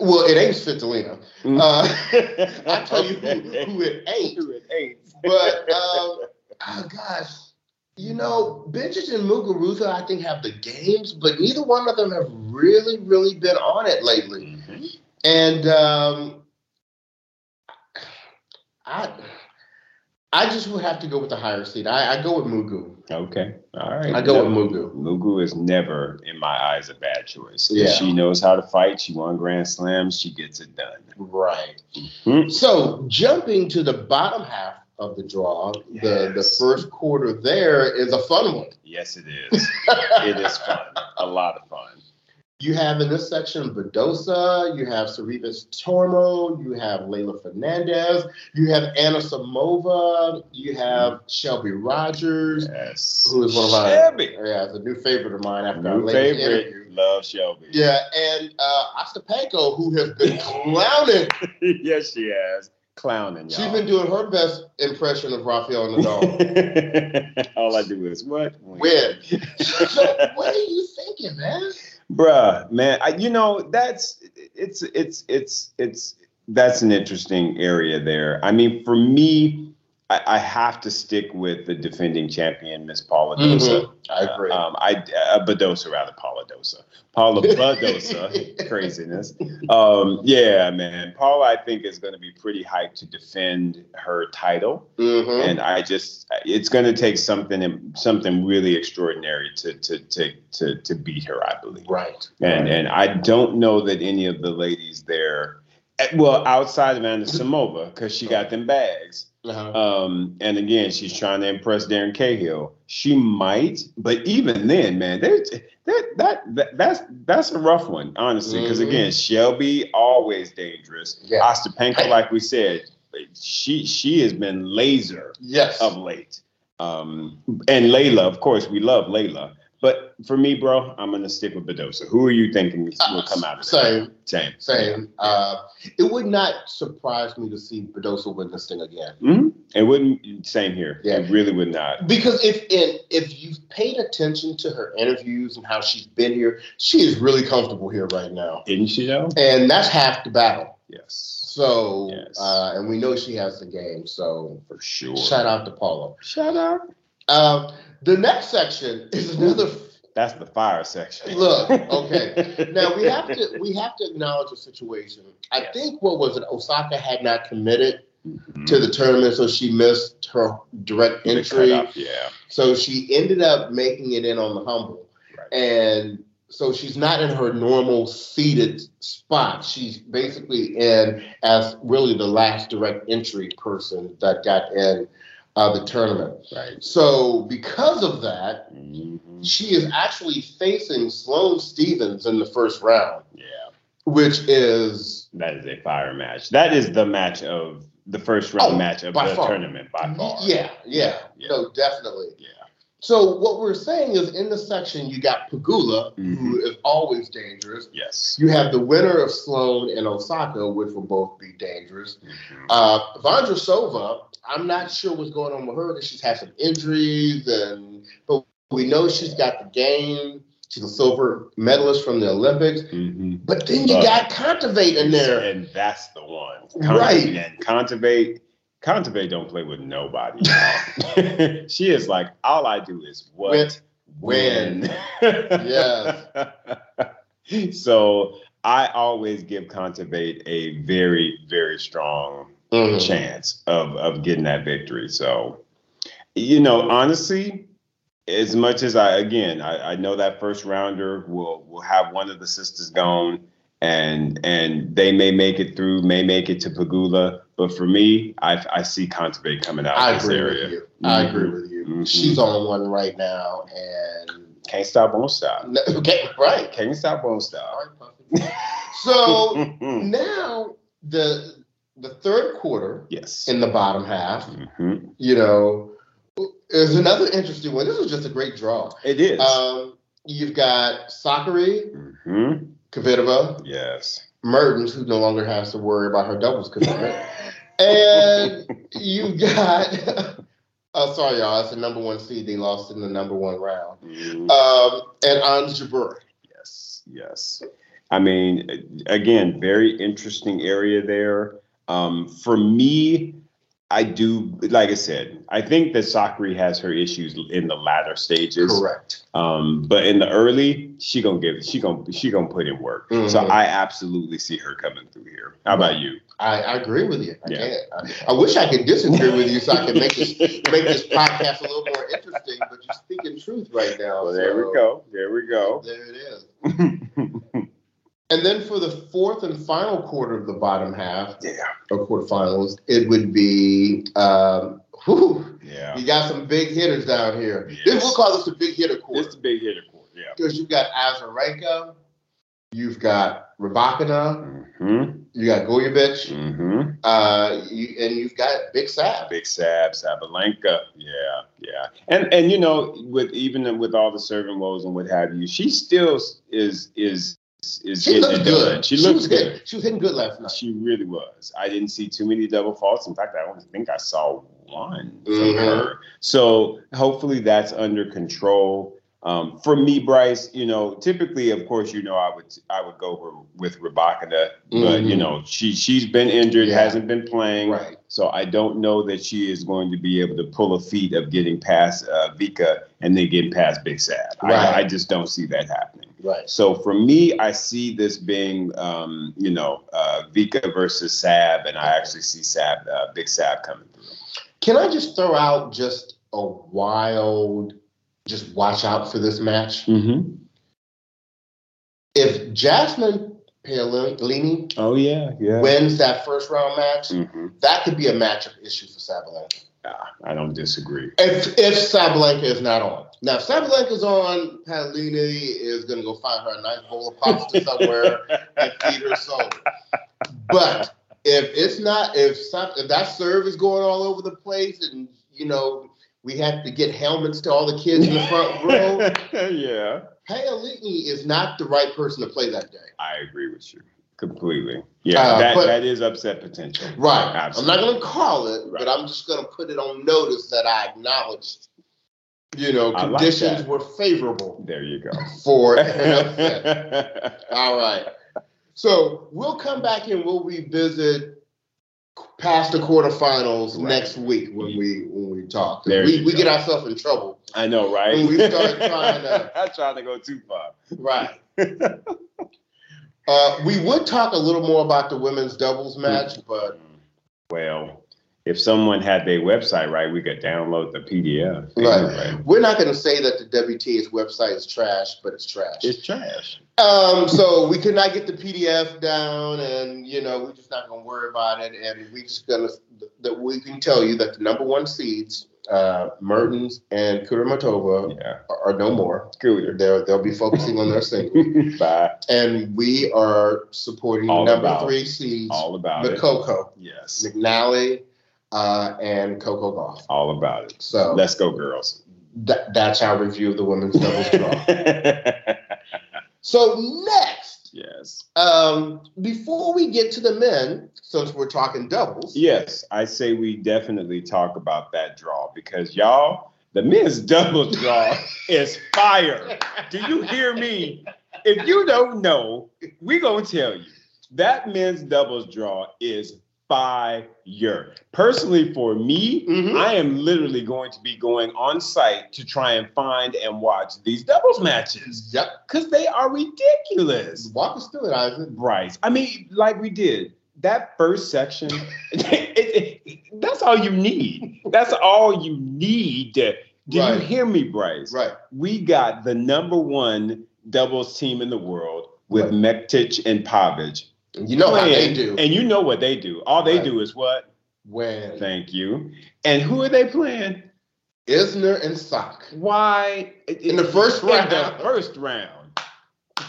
Well, it ain't Svitolina.
Mm.
Uh, I tell you who, who it ain't.
Two and eight.
But um, oh gosh, you know, Benjic and Muguruza, I think have the games, but neither one of them have really, really been on it lately.
Mm-hmm.
And um, I, I just would have to go with the higher seed. I, I go with Mugu.
Okay. All right.
I go with Mugu.
Mugu is never, in my eyes, a bad choice.
Yeah.
She knows how to fight. She won Grand Slams. She gets it done.
Right.
Mhm.
So jumping to the bottom half of the draw, the, the
Yes.
first quarter there is a fun one.
Yes, it is. it is fun. A lot of fun.
You have in this section Bedosa, you have Cerevas Tormo, you have Layla Fernandez, you have Anna Samova, you have Shelby Rogers,
Yes.
who is one of our
Shelby.
yeah, it's a new favorite of mine after our
New
latest
favorite.
interview.
Love Shelby.
Yeah, and uh, Ostapenko, who has been clowning,
yes, she has. Clowning,
she's
y'all.
been doing her best impression of Rafael Nadal.
All I do is what?
Win. so what are you thinking, man?
Bruh, man, I, you know that's it's it's it's it's that's an interesting area there. I mean, for me, I, I have to stick with the defending champion, Miss Paula Dosa.
Mm-hmm. I agree.
Um, I uh, Bedosa rather Paula Dosa. Paula Bedosa, craziness. Um, yeah, man, Paula, I think is going to be pretty hyped to defend her title
Mhm.
and I just it's going to take something something really extraordinary to to to to to beat her, I believe.
Right.
And and I don't know that any of the ladies there, eh, well, outside of Anna Samova, because she got them bags.
Uh-huh.
Um, and again, she's trying to impress Darren Cahill. She might, but even then, man, there's that that, that that's that's a rough one, honestly. Because
Mhm.
again, Shelby always dangerous.
Yeah.
Ostapenko, like we said, she she has been laser
Yes.
of late. Um, and Layla, of course, we love Layla. But for me, bro, I'm gonna stick with Bedosa. Who are you thinking will come out of it?
Same.
Same.
Uh, Same. Uh, it would not surprise me to see Bedosa win this thing again.
hmm It wouldn't. Same here.
Yeah.
It really would not.
Because if and if you've paid attention to her interviews and how she's been here, she is really comfortable here right now,
Didn't she though?
and that's half the battle.
Yes.
So,
Yes.
uh, and we know she has the game. So,
For sure.
shout out to Paula.
Shut up.
Um, the next section is another.
That's the fire section.
Look, okay. Now we have to we have to acknowledge the situation. I
Yes.
think what was it? Osaka had not committed
Mhm.
to the tournament, so she missed her direct
The
entry.
cutoff, Yeah.
So she ended up making it in on the humble.
Right.
And so she's not in her normal seated spot. She's basically in as really the last direct entry person that got in uh, the tournament.
Right.
So because of that,
Mhm.
she is actually facing Sloane Stevens in the first round,
Yeah.
which is
That is a fire match. That is the match of the first round
Oh,
match of
by
the
far.
tournament by far.
yeah, yeah,
Yeah.
no, definitely.
Yeah.
So what we're saying is in this section you got Pagula, who is always dangerous.
Yes.
You have the winner of Sloan and Osaka, which will both be dangerous.
Mm-hmm.
Uh, Vondrasova, I'm not sure what's going on with her because she's had some injuries, and but we know she's got the game. She's a silver medalist from the Olympics.
hmm
But then you
Love
got Contivate in there.
And that's the one.
Right.
And Contivate, Contivate don't play with nobody. y'all. she is like, all I do is what?
Win.
yes. So I always give Contivate a very, very strong Mm-hmm.
Mhm.
chance of of getting that victory. So, you know, honestly, as much as I again, I, I know that first rounder will will have one of the sisters gone, and and they may make it through, may make it to Pagula. But for me, I I see Contivate coming out
I
of this
agree with
area.
you. I
Mhm.
agree with you.
Mhm.
She's on one right now, and
Can't stop, won't stop.
okay, right.
Can't stop, won't
All
stop.
right, Puffy. So
Mhm.
now the the third quarter
yes.
in the bottom half,
Mhm.
you know, is another interesting one. This was just a great draw.
It is.
Um, you've got Sakari,
Mhm.
Kvitova,
Yes.
Mertens, who no longer has to worry about her doubles commitment, and you've got. Oh, sorry, y'all. It's the number one seed. They lost in the number one round.
Mhm.
Um, and Anz Jabur.
Yes, yes. I mean, again, very interesting area there. Um, for me, I do, like I said, I think that Sakri has her issues in the latter stages.
Correct.
Um, but in the early, she gonna give, she gonna, she gonna put in work. So
Mhm.
I absolutely see her coming through here. How about you?
I, I agree with you. I
Yeah.
can't. I, I wish I could disagree with you so I can make this make this podcast a little more interesting, but you're speaking truth right now.
Well, there we
Oh, so
go. There we go.
There it is. And then for the fourth and final quarter of the bottom half,
yeah,
or quarterfinals, it would be um, whew,
yeah.
you got some big hitters down here.
Yes.
This we'll call this a big hitter
It's
quarter
a big hitter court. Yeah.
because you've got Azarenka, You've got Rabakina.
Mm-hmm.
You got Goyevich.
Mm-hmm.
Uh, you, and you've got Big Sab.
Big Sab, Sabalenka. Yeah, yeah. And and you know, with even with all the serving woes and what have you, she still is is is getting
She looks
it done.
good.
She looks
was
good.
Hitting, she was hitting good last night.
She really was. I didn't see too many double faults. In fact, I don't think I saw one from
Mhm.
her. So hopefully that's under control. Um, for me, Bryce, you know, typically, of course, you know, I would I would go with, with Rabakina, but you
Mhm.
know, she she's been injured,
Yeah.
hasn't been playing,
Right.
so I don't know that she is going to be able to pull a feat of getting past uh, Vika and then getting past Big Sab.
Right.
I, I just don't see that happening.
Right.
So for me, I see this being, um, you know, uh, Vika versus Sab, and I actually see Sab, uh, Big Sab coming through.
Can I just throw out just a wild, just watch out for this match?
Mm-hmm.
If Jasmine Paolini
Oh yeah, yeah.
wins that first round match,
hmm
that could be a matchup issue for Sabalenka.
I don't disagree.
If if Sabalenka is not on. Now, if Sabalenka's on, Paolini is going to go find her a nice bowl of pasta somewhere. and feed her soul. But if it's not, if some, if that serve is going all over the place, and you know we have to get helmets to all the kids in the front row,
yeah,
Paolini is not the right person to play that day.
I agree with you completely. Yeah,
Uh,
that,
but-
that is upset potential.
Right. I'm not
Absolutely.
going to call it,
Right.
but I'm just going to put it on notice that I acknowledged. You know,
I like
conditions
that.
were favorable
There you go.
for an upset. All right. So we'll come back and we'll revisit past the
Right.
quarterfinals
Mm-hmm.
next week when we when we talk. 'Cause
There
We,
you
we
go.
get ourselves in trouble.
I know, right?
When we start trying to-
I'm trying to go too far.
Right. uh, we would talk a little more about the women's doubles match,
Mm-hmm.
but
Well, if someone had their website right, we could download the PDF.
Right. we're not going to say that the WTA's website is trash, but it's trash.
It's trash.
Um, so we could not get the PDF down, and you know we're just not going to worry about it, and we just gonna that we can tell you that the number one seeds, uh, Mertens and Kudermatova,
Yeah.
are, are no more.
Scooter.
They're, they'll be focusing on their single,
Bye.
and we are supporting
All
number
about-
three seeds,
All about
the
it.
Coco
yes.
McNally uh, and Coco Golf.
All about it.
So
Let's go, girls.
that, that's our review of the women's doubles draw.
yes.
so next. Um, before we get to the men, since we're talking doubles,
Yes, I say we definitely talk about that draw because y'all, the men's double draw is fire. Do you hear me? If you don't know, we gonna tell you. That men's doubles draw is fire. Personally, for me,
Mhm.
I am literally going to be going on site to try and find and watch these doubles matches
Yep.
because they are ridiculous.
Walk us through it, Isaac.
Bryce, I mean, like we did that first section. it- it- that's all you need. That's all you need. Do you
Right.
hear me, Bryce?
Right.
we got the number one doubles team in the world with
Right.
Mektic and Pavic.
You know how they
Playing,
do.
And you know what they do. All they
Right.
do is what?
When
Thank you. And who are they playing?
Isner and Sock.
Why?
In the first
In the
round.
first round.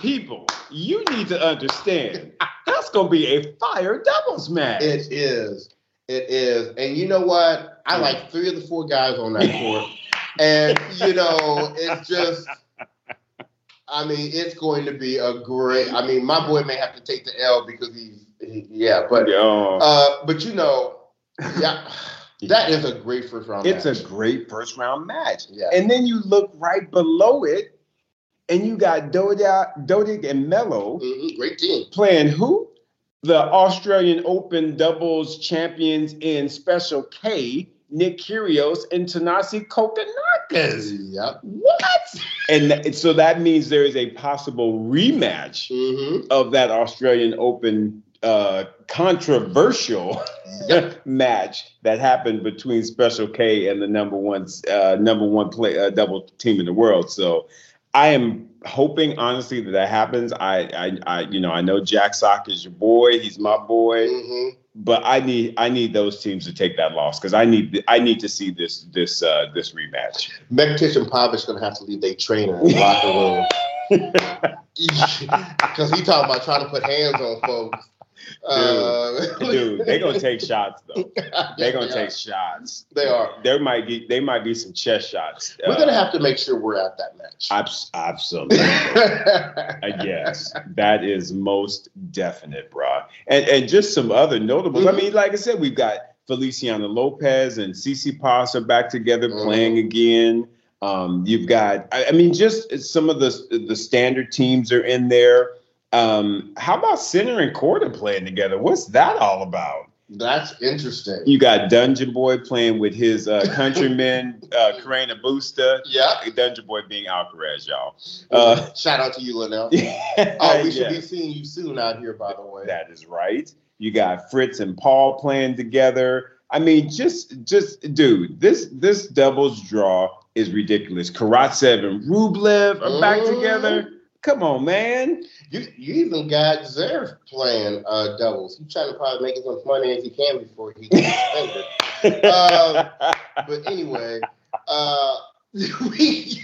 People, you need to understand. That's going to be a fire doubles match.
It is. It is. And you know what? I like three of the four guys on that court. and, you know, it's just, I mean, it's going to be a great. I mean, my boy may have to take the L because he's, he, yeah, but
Oh,
Uh, but you know, yeah, that is a great first round.
it's
match.
a great first round match.
yeah.
And then you look right below it, and you got Doda, Dodig and Mello
Mhm, great team.
playing who? The Australian Open doubles champions in Special K, Nick Kyrgios and Tanasi Kokonakis.
Yep.
What? And th- so that means there is a possible rematch
hmm
of that Australian Open uh, controversial
Yep.
match that happened between Special K and the number one uh, number one play uh, double team in the world. So I am hoping honestly that that happens. I I, I you know I know Jack Sock is your boy. He's my boy.
hmm
But I need I need those teams to take that loss because I need I need to see this this uh, this rematch.
Mektish and Pavic gonna have to leave their trainer in the locker room Because he talking about trying to put hands on folks. Uh,
Dude, they gonna take shots though. They gonna take shots.
They are.
There might be they might be some chest shots.
We're gonna
Uh,
have to make sure we're at that match.
abs- absolutely. Uh, yes, that is most definite, brah. And and just some other notables.
Mm-hmm.
I mean, like I said, we've got Feliciano Lopez and Cece Paz are back together
Mhm.
playing again. Um, you've got, I, I mean, just some of the the standard teams are in there. Um, how about center and quarter playing together? What's that all about?
That's interesting.
You got Dungeon Boy playing with his uh, countryman uh, Karina Booster.
Yeah.
Dungeon Boy being Alcaraz, y'all. Uh,
Shout out to you, Linnell. Oh,
oh,
we should be seeing you soon out here, by the way.
That is right. You got Fritz and Paul playing together. I mean, just just dude, this this doubles draw is ridiculous. Karatsev and Rublev are back
Mm.
together. Come on, man.
You you even got Zerf playing uh, doubles. He's trying to probably make as much money as he can before he gets suspended. Um, but anyway, uh, we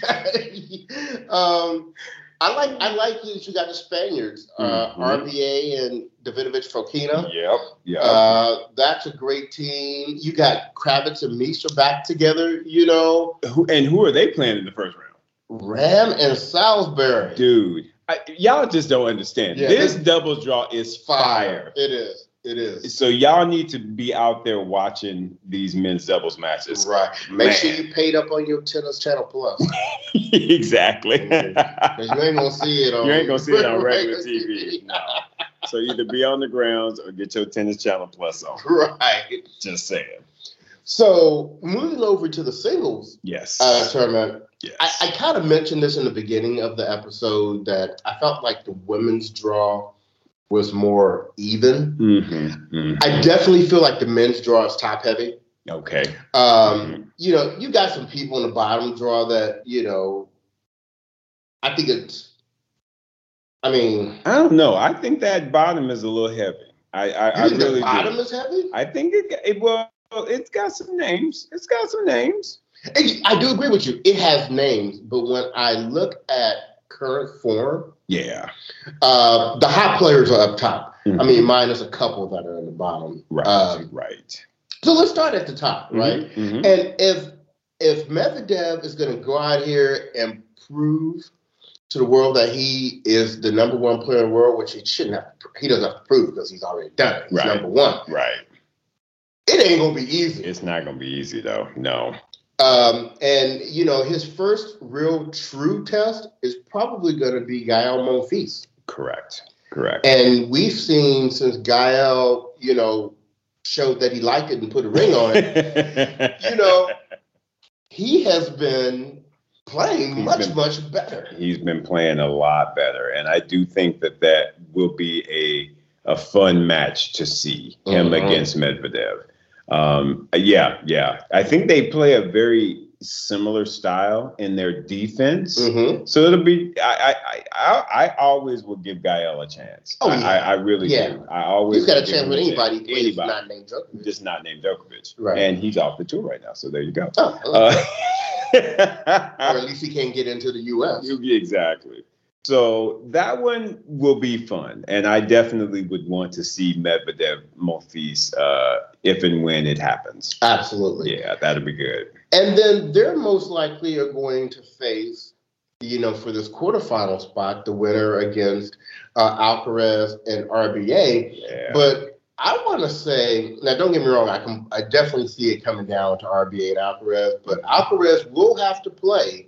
um, I like I like that you got the Spaniards, uh,
Mhm.
RBA and Davidovich Fokina.
yep, yep.
Uh, that's a great team. You got Kravitz and Misha back together. You know,
who, and who are they playing in the first round?
Ram and Salisbury.
Dude, I, y'all just don't understand.
Yeah,
this
this-
doubles draw is fire.
It is. It is.
So y'all need to be out there watching these men's doubles matches.
right. Make sure
Man.
you paid up on your Tennis Channel Plus.
exactly.
Cause you ain't gonna see it on
You ain't gonna see it on regular TV. No. So either be on the grounds or get your tennis channel plus on.
Right.
Just saying.
So moving over to the singles
Yes.
uh, tournament,
yes.
I, I kind of mentioned this in the beginning of the episode that I felt like the women's draw was more even.
Mhm, mhm.
I definitely feel like the men's draw is top heavy.
Okay. Mm-hmm.
Um, you know, you got some people in the bottom draw that you know. I think it's. I mean,
I don't know. I think that bottom is a little heavy. I I, I
you think
really
the bottom
do.
is heavy.
I think it, got- it well it's got some names. It's got some names.
It- I do agree with you. It has names, but when I look at current form,
Yeah.
uh, the hot players are up top.
Mhm.
I mean, minus a couple that are in the bottom.
Right.
Um,
right.
so let's start at the top, right?
Mhm, mhm.
And if if Medvedev is going to go out here and prove to the world that he is the number one player in the world, which he shouldn't have, to pr- he doesn't have to prove because he's already done it. He's
Right.
number one.
Right.
It ain't going to be easy.
It's not gonna be easy though. No.
Um, and you know, his first real true test is probably going to be Gael Monfils,
Correct. Correct.
and we've seen since Gael, you know, showed that he liked it and put a ring on it. you know, he has been playing
He's
much,
been-
much better.
he's been playing a lot better, and I do think that that will be a a fun match to see him
Mhm.
against Medvedev. Um, yeah, yeah, I think they play a very similar style in their defense.
hmm
So it'll be. I, I I I I always will give Gael a chance.
Oh,
I-
yeah.
I, I really
Yeah.
do. I always.
He's got a
will give
chance
him
with anybody,
chance.
anybody.
Anybody. Uh,
not named Joker.
Just not named Djokovic.
Right.
And he's off the tour right now. So there you go.
Oh,
Uh,
or at least he can't get into the U.S.
You- Exactly. So that one will be fun, and I definitely would want to see Medvedev Monfils uh, if and when it happens.
Absolutely.
Yeah, that'd be good.
And then they're most likely are going to face, you know, for this quarterfinal spot, the winner against uh, Alcaraz and RBA.
Yeah,
But I want to say now, don't get me wrong, I can I definitely see it coming down to RBA and Alcaraz, but Alcaraz will have to play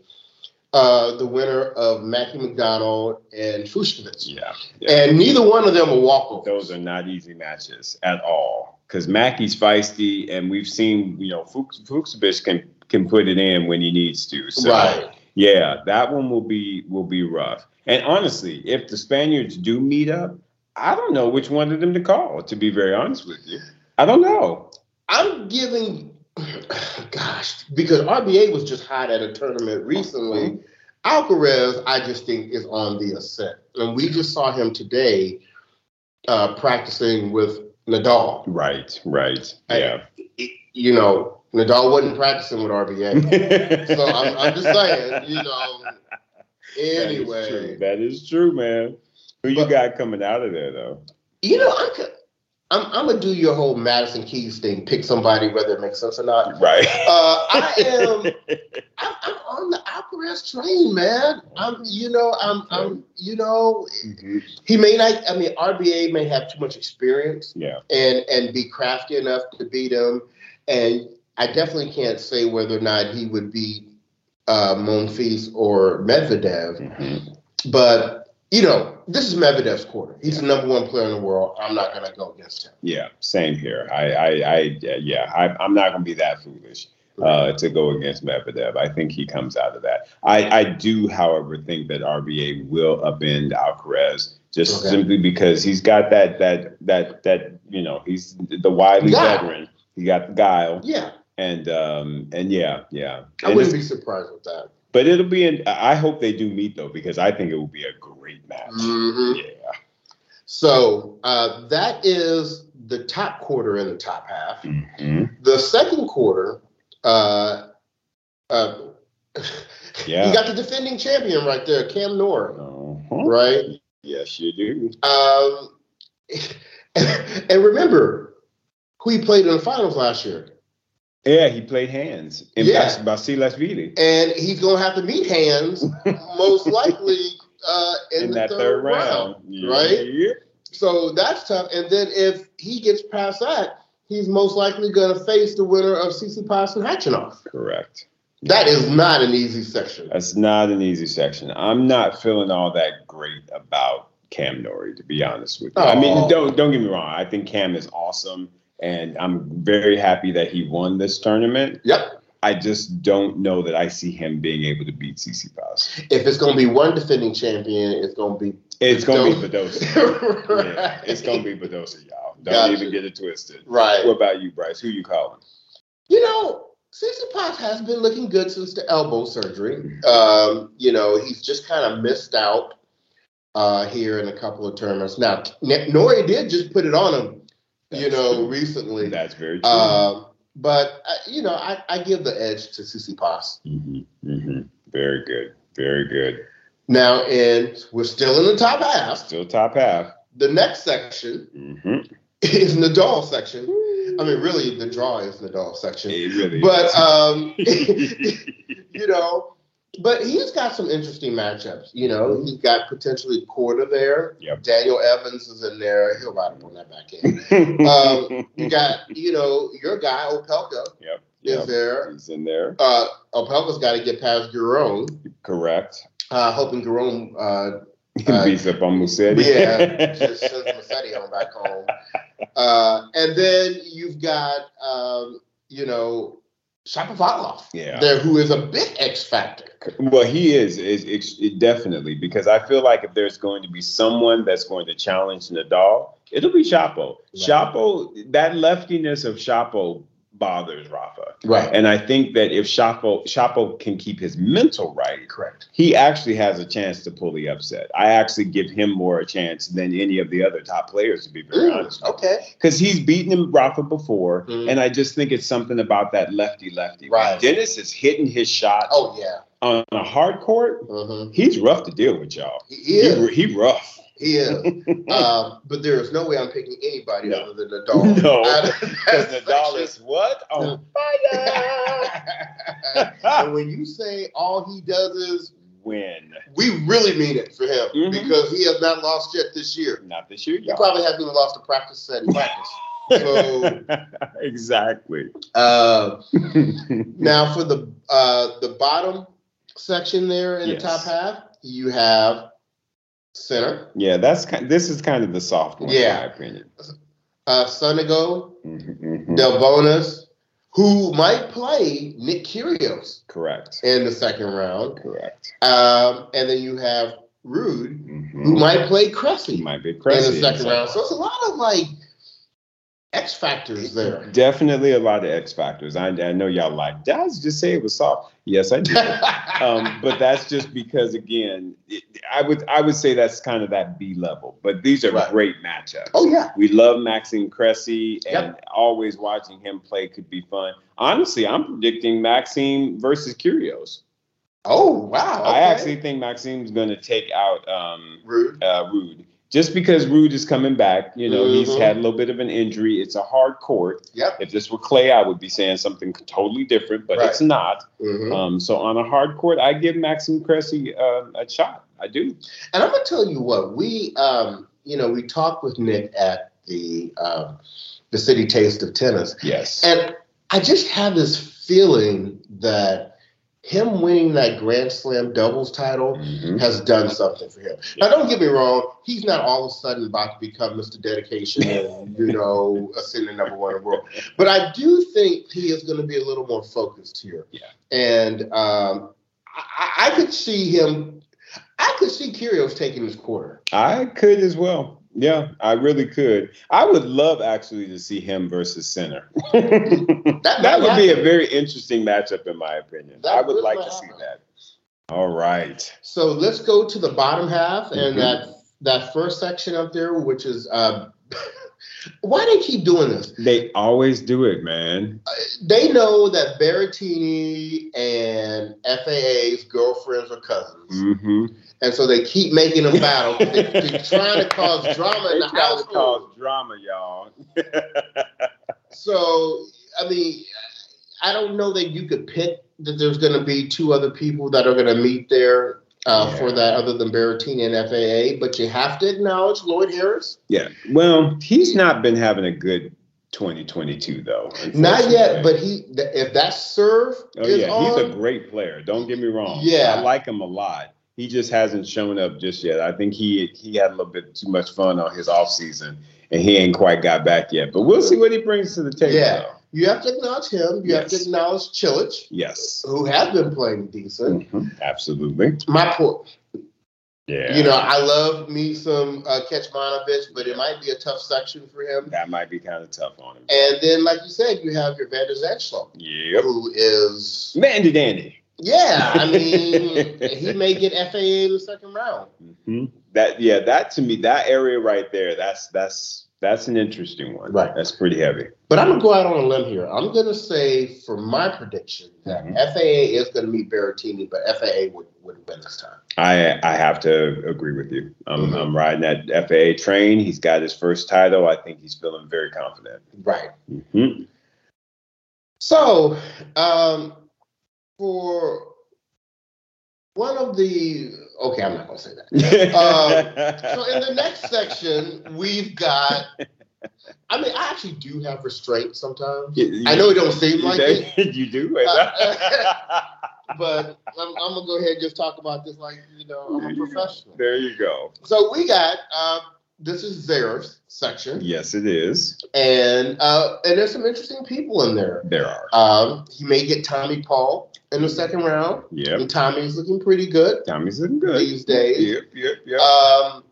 uh, the winner of Mackie McDonald and Fushkovich.
yeah.
And neither one of them will walk over.
Those are not easy matches at all because Mackey's feisty, and we've seen you know Fuchs- Fuchsovich can can put it in when he needs to. So
right.
yeah, that one will be will be rough. And honestly, if the Spaniards do meet up, I don't know which one of them to call. To be very honest with you, I don't know.
I'm giving, gosh, because RBA was just hot at a tournament
Mm-hmm.
recently. Alcaraz, I just think, is on the ascent. And we just saw him today uh, practicing with Nadal.
Right, right,
I-
yeah.
It- you know, Nadal wasn't practicing with RBA.
so
so I'm, I'm just saying, you know,
That is true.
anyway.
That is true, man. Who you
But-
got coming out of there though?
You know, I could, I'm, I'm gonna do your whole Madison Keys thing. Pick somebody, whether it makes sense or not.
Right.
Uh, I am. I'm, I'm on the Alcaraz train, man. I'm, you know, I'm, I'm, you know, he may not. I mean, RBA may have too much experience
Yeah.
and and be crafty enough to beat him. And I definitely can't say whether or not he would beat uh, Monfils or Medvedev.
Mhm.
But you know, this is Medvedev's quarter. He's the number one player in the world. I'm not gonna go against him.
Yeah. Same here. I. I. I yeah. I, I'm not gonna be that foolish uh, to go against Medvedev. I think he comes out of that. I. I do, however, think that RBA will upend Alcaraz just
Okay.
simply because he's got that that that that you know he's the widely
Guile.
veteran. He got the guile
yeah,
and um and yeah yeah.
I
And it's-
wouldn't be surprised with that.
But it'll be an. I hope they do meet though, because I think it will be a great match.
Mhm.
Yeah.
So uh, that is the top quarter and the top half.
Mhm.
The second quarter, uh, uh,
Yeah.
you got the defending champion right there, Cam Norrie,
Uh-huh.
right?
Yes, you do.
Um, and remember who he played in the finals last year.
Yeah, he played hands in
Yeah.
Bas- Basilas Vili
And he's going to have to meet hands, most likely, uh, in,
in, that third, round, Yeah,
right?
yeah.
So that's tough. And then if he gets past that, he's most likely going to face the winner of CC Pass and Hatchinoff.
Correct.
That is not an easy section.
That's not an easy section. I'm not feeling all that great about Cam Norrie, to be honest with you. I mean,
Aw.
don't don't get me wrong. I think Cam is awesome, and I'm very happy that he won this tournament.
Yep.
I just don't know that I see him being able to beat CC Pass.
If it's going to be one defending champion, it's going to be.
It's gonna be
Don't-
Bedosa. Yeah, it's gonna be Bedosa, y'all. Don't
Gotcha.
even get it twisted. What
Right.
about you, Bryce? Who you calling?
You know, CC Pass has been looking good since the elbow surgery. Um, you know, he's just kind of missed out uh, here in a couple of tournaments. Now, N- Nori did just put it on him, you
That's
know,
true.
recently.
That's very true.
Um, but I, you know, I, I give the edge to Sissy Paz.
hmm hmm Very good. Very good.
Now, and we're still in the top half.
Still top half.
The next section
Mm-hmm.
is Nadal section. I mean, really, the draw is Nadal section.
It really
But
is.
um, you know, but he's got some interesting matchups. You know, he's got potentially quarter there.
Mm-hmm. Yep.
Daniel Evans is in there. He'll ride up on that back end. um, You got, you know, your guy Opelka
yep.
is
Mm-hmm. Yep.
there.
He's in there.
Uh, Opelka's got to get past Giron.
Correct.
uh, hoping Jerome uh,
He
Uh,
beats up on Musetti.
yeah, just sends Massetti on back home. Uh, and then you've got, um, you know, Shapovalov
Yeah.
there, who is a big X factor.
Well, he is is ex- it definitely because I feel like if there's going to be someone that's going to challenge Nadal, it'll be Chapo.
Right.
Chapo, that leftiness of Chapo bothers Rafa,
Right.
and I think that if Chapo Chapo can keep his mental right,
Correct.
he actually has a chance to pull the upset. I actually give him more a chance than any of the other top players, to be very honest,
okay.
because he's beaten him Rafa before,
Mhm.
and I just think it's something about that lefty lefty. When
Right.
Dennis is hitting his shot
Oh yeah.
on a hard court
Mhm.
he's rough to deal with, y'all.
He is.
Mm-hmm. He, he rough.
He is. um, but there is no way I'm picking anybody
No.
other than Nadal.
No.
Out of that
Because Nadal
section.
is what on fire.
and when you say all he does is,
Win.
we really mean it for him
Mhm.
because he has not lost yet this year.
Not this year,
He
y'all.
probably hasn't even lost a practice set in practice. So-
exactly.
uh, now for the uh, the bottom section there in
Yes.
the top half, you have center
yeah, that's kind. This is kind of the soft one,
Yeah. Mm-hmm.
in my opinion.
uh, Sonigo
Mhm, mhm.
Delbonis, who might play Nick Kyrgios
Correct.
in the second round,
Correct.
um, and then you have Rude, who
Mhm.
might play Cressy,
He might be
in
crazy
the second round. So it's a lot of like X factors there.
Definitely a lot of X factors. I, I know y'all like. Did I just say it was soft? Yes, I did. um, but that's just because again, it, I would I would say that's kind of that B level. But these are
Right.
great matchups.
oh yeah,
We love Maxine Cressy, and always watching him play could be fun. Honestly, I'm predicting Maxime versus Curios.
Oh wow!
I
okay.
actually think Maxime's going to take out um,
rude.
uh, Rude. Just because Rude is coming back, you know, he's
Mhm.
had a little bit of an injury. It's a hard court.
Yep.
If this were Clay, I would be saying something totally different, but
Right.
it's not.
Mhm.
Um, so on a hard court, I give Maxime Cressy uh, a shot. I do.
And I'm gonna tell you what we, um, you know, we talked with Nick at the um, the City Taste of Tennis,
Yes.
and I just have this feeling that him winning that Grand Slam doubles title
Mhm.
has done something for him. Now, don't get me wrong; he's not all of a sudden about to become Mr. Dedication and you know, ascending number one in the world. But I do think he is going to be a little more focused here.
Yeah.
And um, I, I could see him. I could see Kyrgios taking his quarter.
I could as well. Yeah, I really could. I would love actually to see him versus Center. that
That,
would be a very interesting matchup, in my opinion.
That
I would
would
like to
happen.
see that. All right.
So let's go to the bottom half
Mhm.
and that that first section up there, which is. Uh, Why they keep doing this?
They always do it, man.
They know that Berrettini and FAA's girlfriends are cousins.
Mm-hmm.
And so they keep making them battle. they, they're trying to cause drama in the
trying to
household.
cause drama, y'all.
So, I mean, I don't know that you could pick that there's going to be two other people that are going to meet there uh,
Yeah.
for that other than Berrettini and FAA, but you have to acknowledge Lloyd Harris.
Yeah. Well, he's not been having a good 2022 though.
Not
unfortunately.
yet, but he th- if that serve
Oh
is
yeah,
on,
he's a great player. Don't get me wrong.
Yeah.
I like him a lot. He just hasn't shown up just yet. I think he he had a little bit too much fun on his off season, and he ain't quite got back yet. But we'll see what he brings to the table.
Yeah.
though.
you have to acknowledge him. You have to
Yes.
acknowledge Chilich,
Yes.
who has been playing decent.
Mhm. Absolutely.
My poor,
Yeah.
you know, I love me some uh, Ketchmanovich, but it might be a tough section for him.
that might be kind of tough on him.
And then, like you said, you have your Vander Zandschulp,
Yep.
who is
Mandy Dandy.
Yeah, I mean, he may get FAA in the second round.
hmm That yeah, that to me, that area right there, that's that's that's an interesting one.
Right.
That's pretty heavy.
But I'm gonna go out on a limb here. I'm gonna say, for my prediction, that
Mhm.
FAA is gonna meet Berrettini, but FAA would, would win this time.
I I have to agree with you. I'm
Mhm.
I'm riding that FAA train. He's got his first title. I think he's feeling very confident.
Right.
Mhm.
So, um, for one of the okay, I'm not gonna say that. Um, So in the next section, we've got. I mean, I actually do have restraint sometimes,
You- you-
I know it don't seem
you
like
do-
it. Uh,
You do. Wait,
but I'm, I'm gonna go ahead and just talk about this like you know I'm a professional.
there you go.
So we got uh, this is Zarev's section,
Yes, it is.
and uh, and there's some interesting people in there.
There are.
Um, he may get Tommy Paul in the second round,
Yep.
and Tommy's looking pretty good.
Tommy's looking good
These days.
Yep. Yep. Yep.
Um,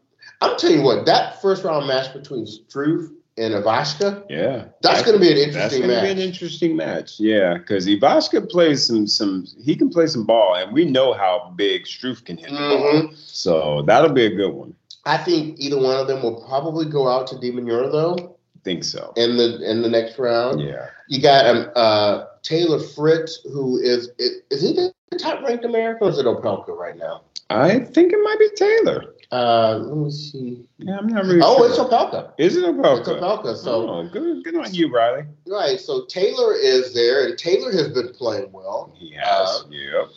I'm telling you what, that first round match between Struve and Ivashka,
yeah.
that's going to be an
That's
interesting
going to be an
match.
interesting match. Yeah, because Ivashka plays some some he can play some ball, and we know how big Struff can hit the ball.
Mhm.
So that'll be a good one.
I think either one of them will probably go out to Demure though
Think so.
in the in the next round.
Yeah.
You got um, uh, Taylor Fritz, who is is, is he the top ranked American or is it Opelka right now?
I think it might be Taylor.
Uh, let me see.
Yeah, I'm not really
oh,
sure.
it's Opelka.
Is it
It's
Opelka?
Opelka. So
oh, good, good on you, Riley.
right, so Taylor is there, and Taylor has been playing well.
He has.
Uh,
yep.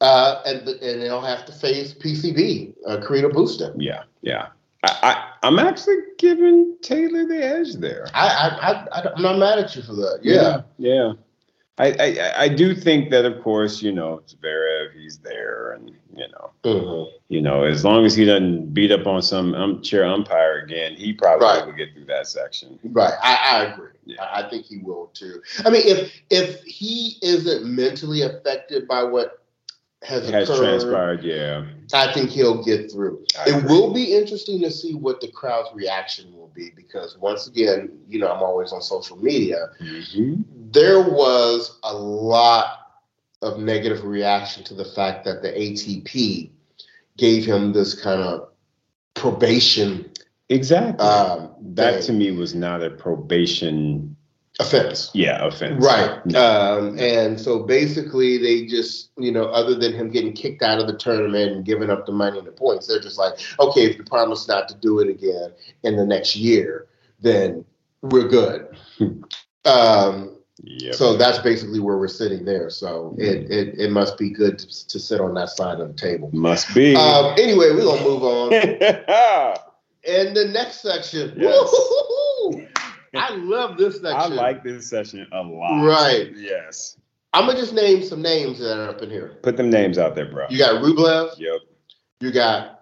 Uh, and and they'll have to face PCB, uh, Karina Booster.
Yeah. Yeah. I, I I'm actually giving Taylor the edge there.
I, I I I don't- I'm not mad at you for that. Yeah.
yeah. I, I I- I do think that of course you know Zverev he's there and you know
Mhm.
you know, as long as he doesn't beat up on some um, chair umpire again, he probably
Right.
will get through that section.
Right. I, I agree.
Yeah.
I, I think he will too. I mean, if if he isn't mentally affected by what has,
It has
occurred,
transpired, yeah.
I think he'll get through.
I
It
agree.
will be interesting to see what the crowd's reaction will be because once again, you know, I'm always on social media.
Mhm.
There was a lot of negative reaction to the fact that the ATP gave him this kind of probation.
Exactly.
Um,
that
thing.
to me was not a probation
offense.
Yeah, offense.
Right. Um, and so basically, they just, you know, other than him getting kicked out of the tournament and giving up the money and the points, they're just like, okay, if you promise not to do it again in the next year, then we're good. um,
Yep. Mm-hmm.
So that's basically where we're sitting there. So it, it, it must be good to, to sit on that side of the table.
must be.
Um, anyway, we're going to move on.
I
And the next section.
Yes.
Woo-hoo-hoo-hoo. I love this section.
like this session a lot.
Right.
Yes.
I'm going to just name some names that are up in here.
Put them names out there, bro.
You got Rublev.
Yep.
you got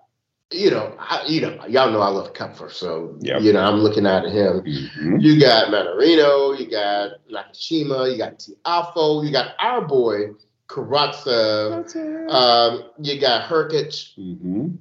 you know I, you know y'all know I love Kupfer, so
Yep.
you know I'm looking out at him.
Mhm.
You got Manarino, you got Nakashima, you got Tiafo, you got our boy Karatsev, um, you got Herkic.
Mhm.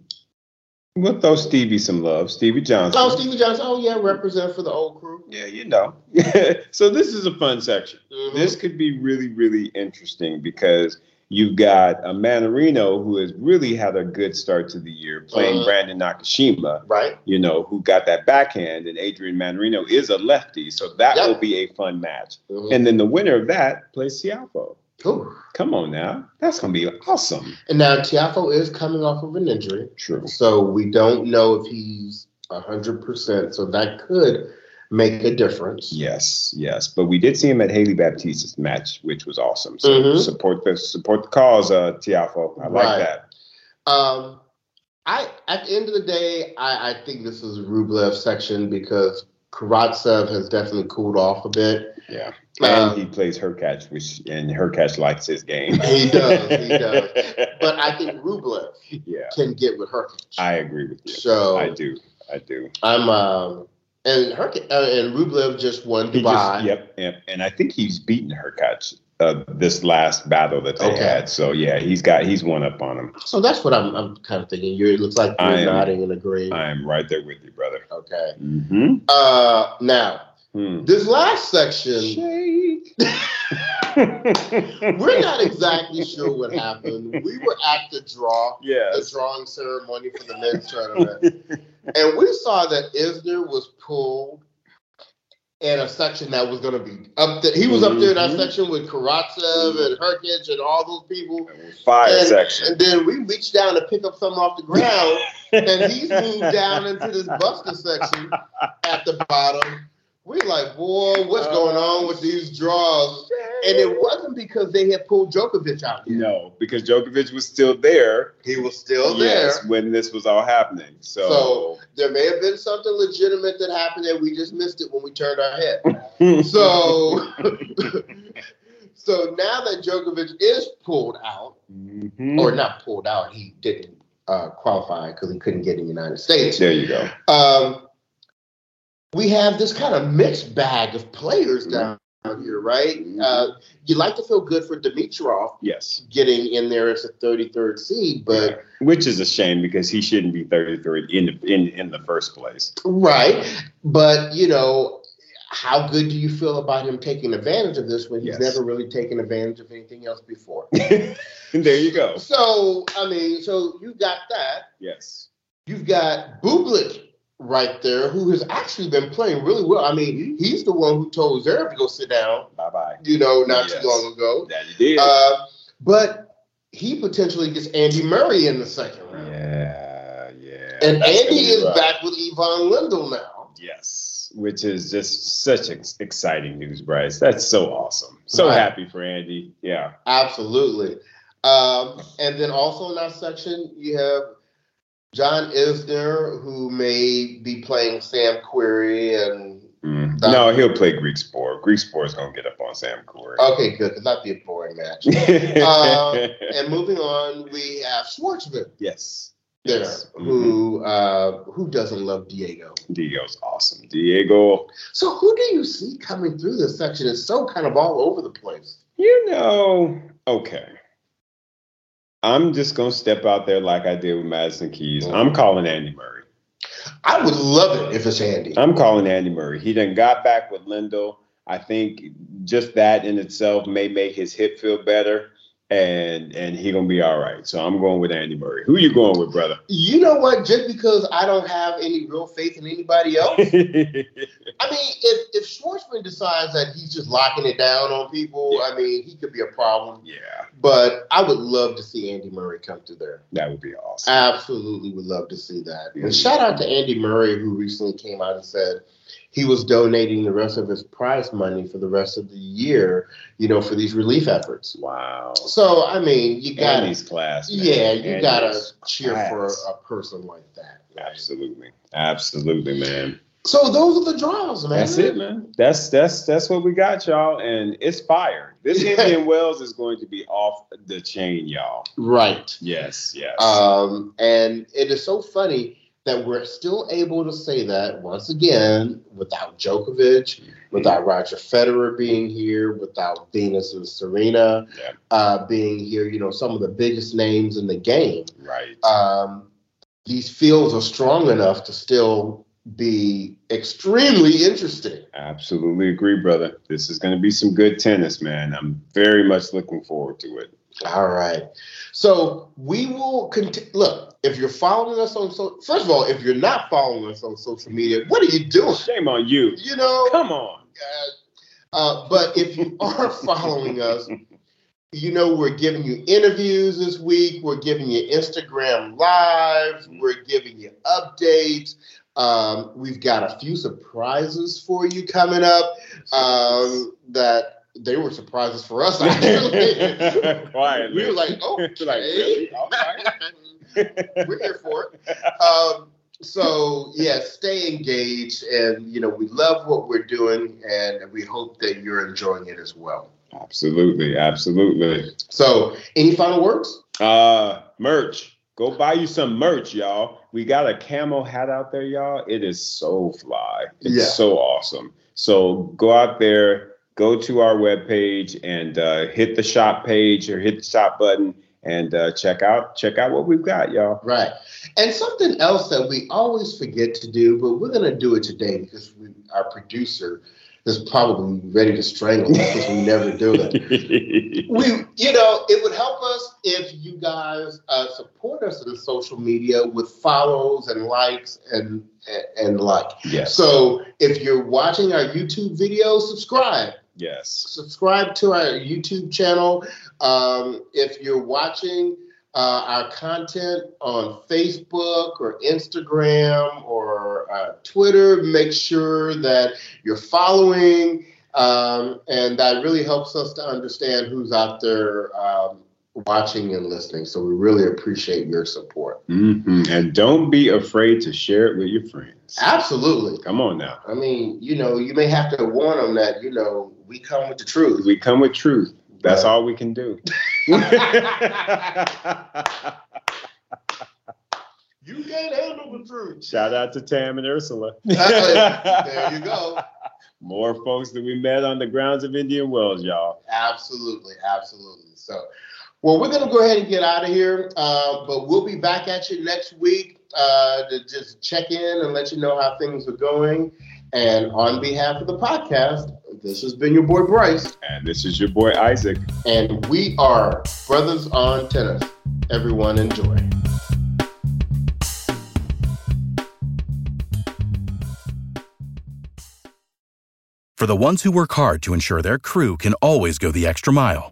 We'll throw Stevie some love. Stevie Johnson.
Oh, Stevie Johnson. Oh yeah, represent for the old crew.
yeah, you know. so this is a fun section.
Mhm.
This could be really, really interesting because you've got a Manarino who has really had a good start to the year playing
Uh-huh.
Brandon Nakashima.
right.
you know, who got that backhand, and Adrian Manarino is a lefty, so that
Yep.
will be a fun match.
Mhm.
And then the winner of that plays Tiafo.
Cool.
Come on now, that's gonna be awesome.
And now Tiafo is coming off of an injury,
True.
so we don't know if he's hundred percent. So that could make a difference.
Yes, yes, but we did see him at Haley Baptiste's match, which was awesome. So
Mhm.
support the support the cause, uh, Tiafo. I like
Right.
that.
Um, I at the end of the day, I, I think this is Rublev's section because Karatsev has definitely cooled off a bit.
Yeah, and
Um,
he plays her catch, which and her catch likes his game.
He does, he does. but I think Rublev
yeah,
can get with Herkic.
I agree with you.
so
I do, I do.
I'm um, and Herkic uh, and Rublev just won
He
Dubai.
just, yep, yep, and I think he's beaten Herkach uh, this last battle that they
Okay.
had. So yeah, he's got he's one up on him.
So that's what I'm, I'm kind of thinking. You it looks like you're
I am-
nodding and agreeing.
I am right there with you, brother.
okay.
Mm-hmm.
Uh, now
Hmm.
this last section.
Shake.
We're not exactly sure what happened. We were at the draw, the
yes.
drawing ceremony for the men's tournament, and we saw that Isner was pulled in a section that was going to be up there. He was up there in that
Mhm.
section with Karatsev and Herkic and all those people.
Fire
And-
section.
And then we reached down to pick up something off the ground, and he's moved down into this Buster section at the bottom. We're like, boy, what's going on with these draws? And it wasn't because they had pulled Djokovic out yet.
No, because Djokovic was still there.
He was still
Yes,
there.
when this was all happening. So,
There may have been something legitimate that happened and we just missed it when we turned our head. So so now that Djokovic is pulled out,
Mhm.
or not pulled out, he didn't uh, qualify because he couldn't get in the United States.
there you go.
Um, we have this kind of mixed bag of players down here, right? Uh, you like to feel good for Dimitrov
Yes.
getting in there as a 33rd seed, but
Yeah. which is a shame because he shouldn't be 33 in the, in in the first place.
Right. But, you know, how good do you feel about him taking advantage of this when he's
Yes.
never really taken advantage of anything else before?
there you go.
so, I mean, so you got that.
Yes.
You've got Bublik right there, who has actually been playing really well. I mean,
Mm-hmm.
he's the one who told Zverev to go sit down,
Bye bye.
you know, not
Yes.
too long ago.
That you did.
Uh, but he potentially gets Andy Murray in the second round.
yeah. Yeah.
And
That's
Andy
gonna be
is
rough.
back with Yvonne Lindell now.
Yes. Which is just such ex- exciting news, Bryce. That's so awesome. So
Right.
happy for Andy. Yeah.
Absolutely. Um, and then also in that section, you have John Isner, who may be playing Sam Query. And
Mm.
That-
No, he'll play Greek Spore. Greek Spore is going to get up on Sam Corey.
okay, good, because that'd be a boring match. uh, and moving on, we have Schwartzman
yes.
there, Hmm.
Yes. Mhm.
who uh, who doesn't love Diego.
Diego's awesome. Diego.
So who do you see coming through this section? It's so kind of all over the place.
You know, okay. I'm just gonna step out there like I did with Madison Keys.
Mm-hmm.
I'm calling Andy Murray.
I would love it if it's Andy.
I'm calling Andy Murray. He done got back with Lindell. I think just that in itself may make his hip feel better. and and he gonna be all right. So I'm going with Andy Murray. Who you going with, brother?
You know what? Just because I don't have any real faith in anybody else, I mean, if if Schwartzman decides that he's just locking it down on people, I mean, he could be a problem.
yeah,
But I would love to see Andy Murray come through there.
that would be
Uh,
awesome.
Absolutely would love to see that. And shout out to Andy Murray, who recently came out and said he was donating the rest of his prize money for the rest of the year, you know, for these relief efforts.
Wow.
So, I mean, you got to
Andy's class. man.
Yeah, you
Andy's
gotta cheer
class.
for a person like that.
Absolutely, absolutely, man.
So those are the draws, man.
That's it, man. That's that's that's what we got, y'all, and it's fire. This Indian Wells is going to be off the chain, y'all.
Right.
Yes, yes.
Um, and it is so funny that we're still able to say that once again without Djokovic, without Roger Federer being here, without Venus and Serena
Yeah.
uh, being here. You know, some of the biggest names in the game.
right.
Um, these fields are strong enough to still be extremely interesting.
Absolutely agree, brother. This is going to be some good tennis, man. I'm very much looking forward to it.
All right. So we will continue. Look, if you're following us on so, first of all, if you're not following us on social media, what are you doing?
Shame on you.
You know.
Come on.
uh, Uh, but if you are following us, you know we're giving you interviews this week. We're giving you Instagram live. We're giving you updates. Um, we've got a few surprises for you coming up. Um, that they were surprises for us. Actually.
Quietly.
We were like, oh,
Like, really? All
we're here for it. Um, so yeah, stay engaged, and you know we love what we're doing, and we hope that you're enjoying it as well.
Absolutely, absolutely.
So, any final words?
Uh, merch. Go buy you some merch, y'all. We got a camo hat out there, y'all. It is so fly. It's
Yeah.
so awesome. So go out there, go to our webpage and uh, hit the shop page or hit the shop button and uh, check out check out what we've got, y'all.
Right, and something else that we always forget to do, but we're gonna do it today because we, our producer is probably ready to strangle us because we never do it. we you know it would help us if you guys uh, support us in social media with follows and likes and and like
yes,
so if you're watching our youtube video subscribe
yes.
subscribe to our youtube channel um, if you're watching uh, our content on facebook or instagram or uh, twitter make sure that you're following um, and that really helps us to understand who's out there um, watching and listening. So we really appreciate your support.
hmm And don't be afraid to share it with your friends.
Absolutely.
Come on now.
I mean, you know, you may have to warn them that you know we come with the truth.
We come with truth. That's all we can do.
You can't handle the truth.
Shout out to Tam and Ursula.
there you go.
More folks that we met on the grounds of Indian Wells, y'all.
Absolutely, absolutely. So, well, we're gonna go ahead and get out of here, uh, but we'll be back at you next week uh, to just check in and let you know how things are going. And on behalf of the podcast, this has been your boy Bryce,
And this is your boy Isaac.
and we are Brothers on Tennis. Everyone, enjoy.
For the ones who work hard to ensure their crew can always go the extra mile,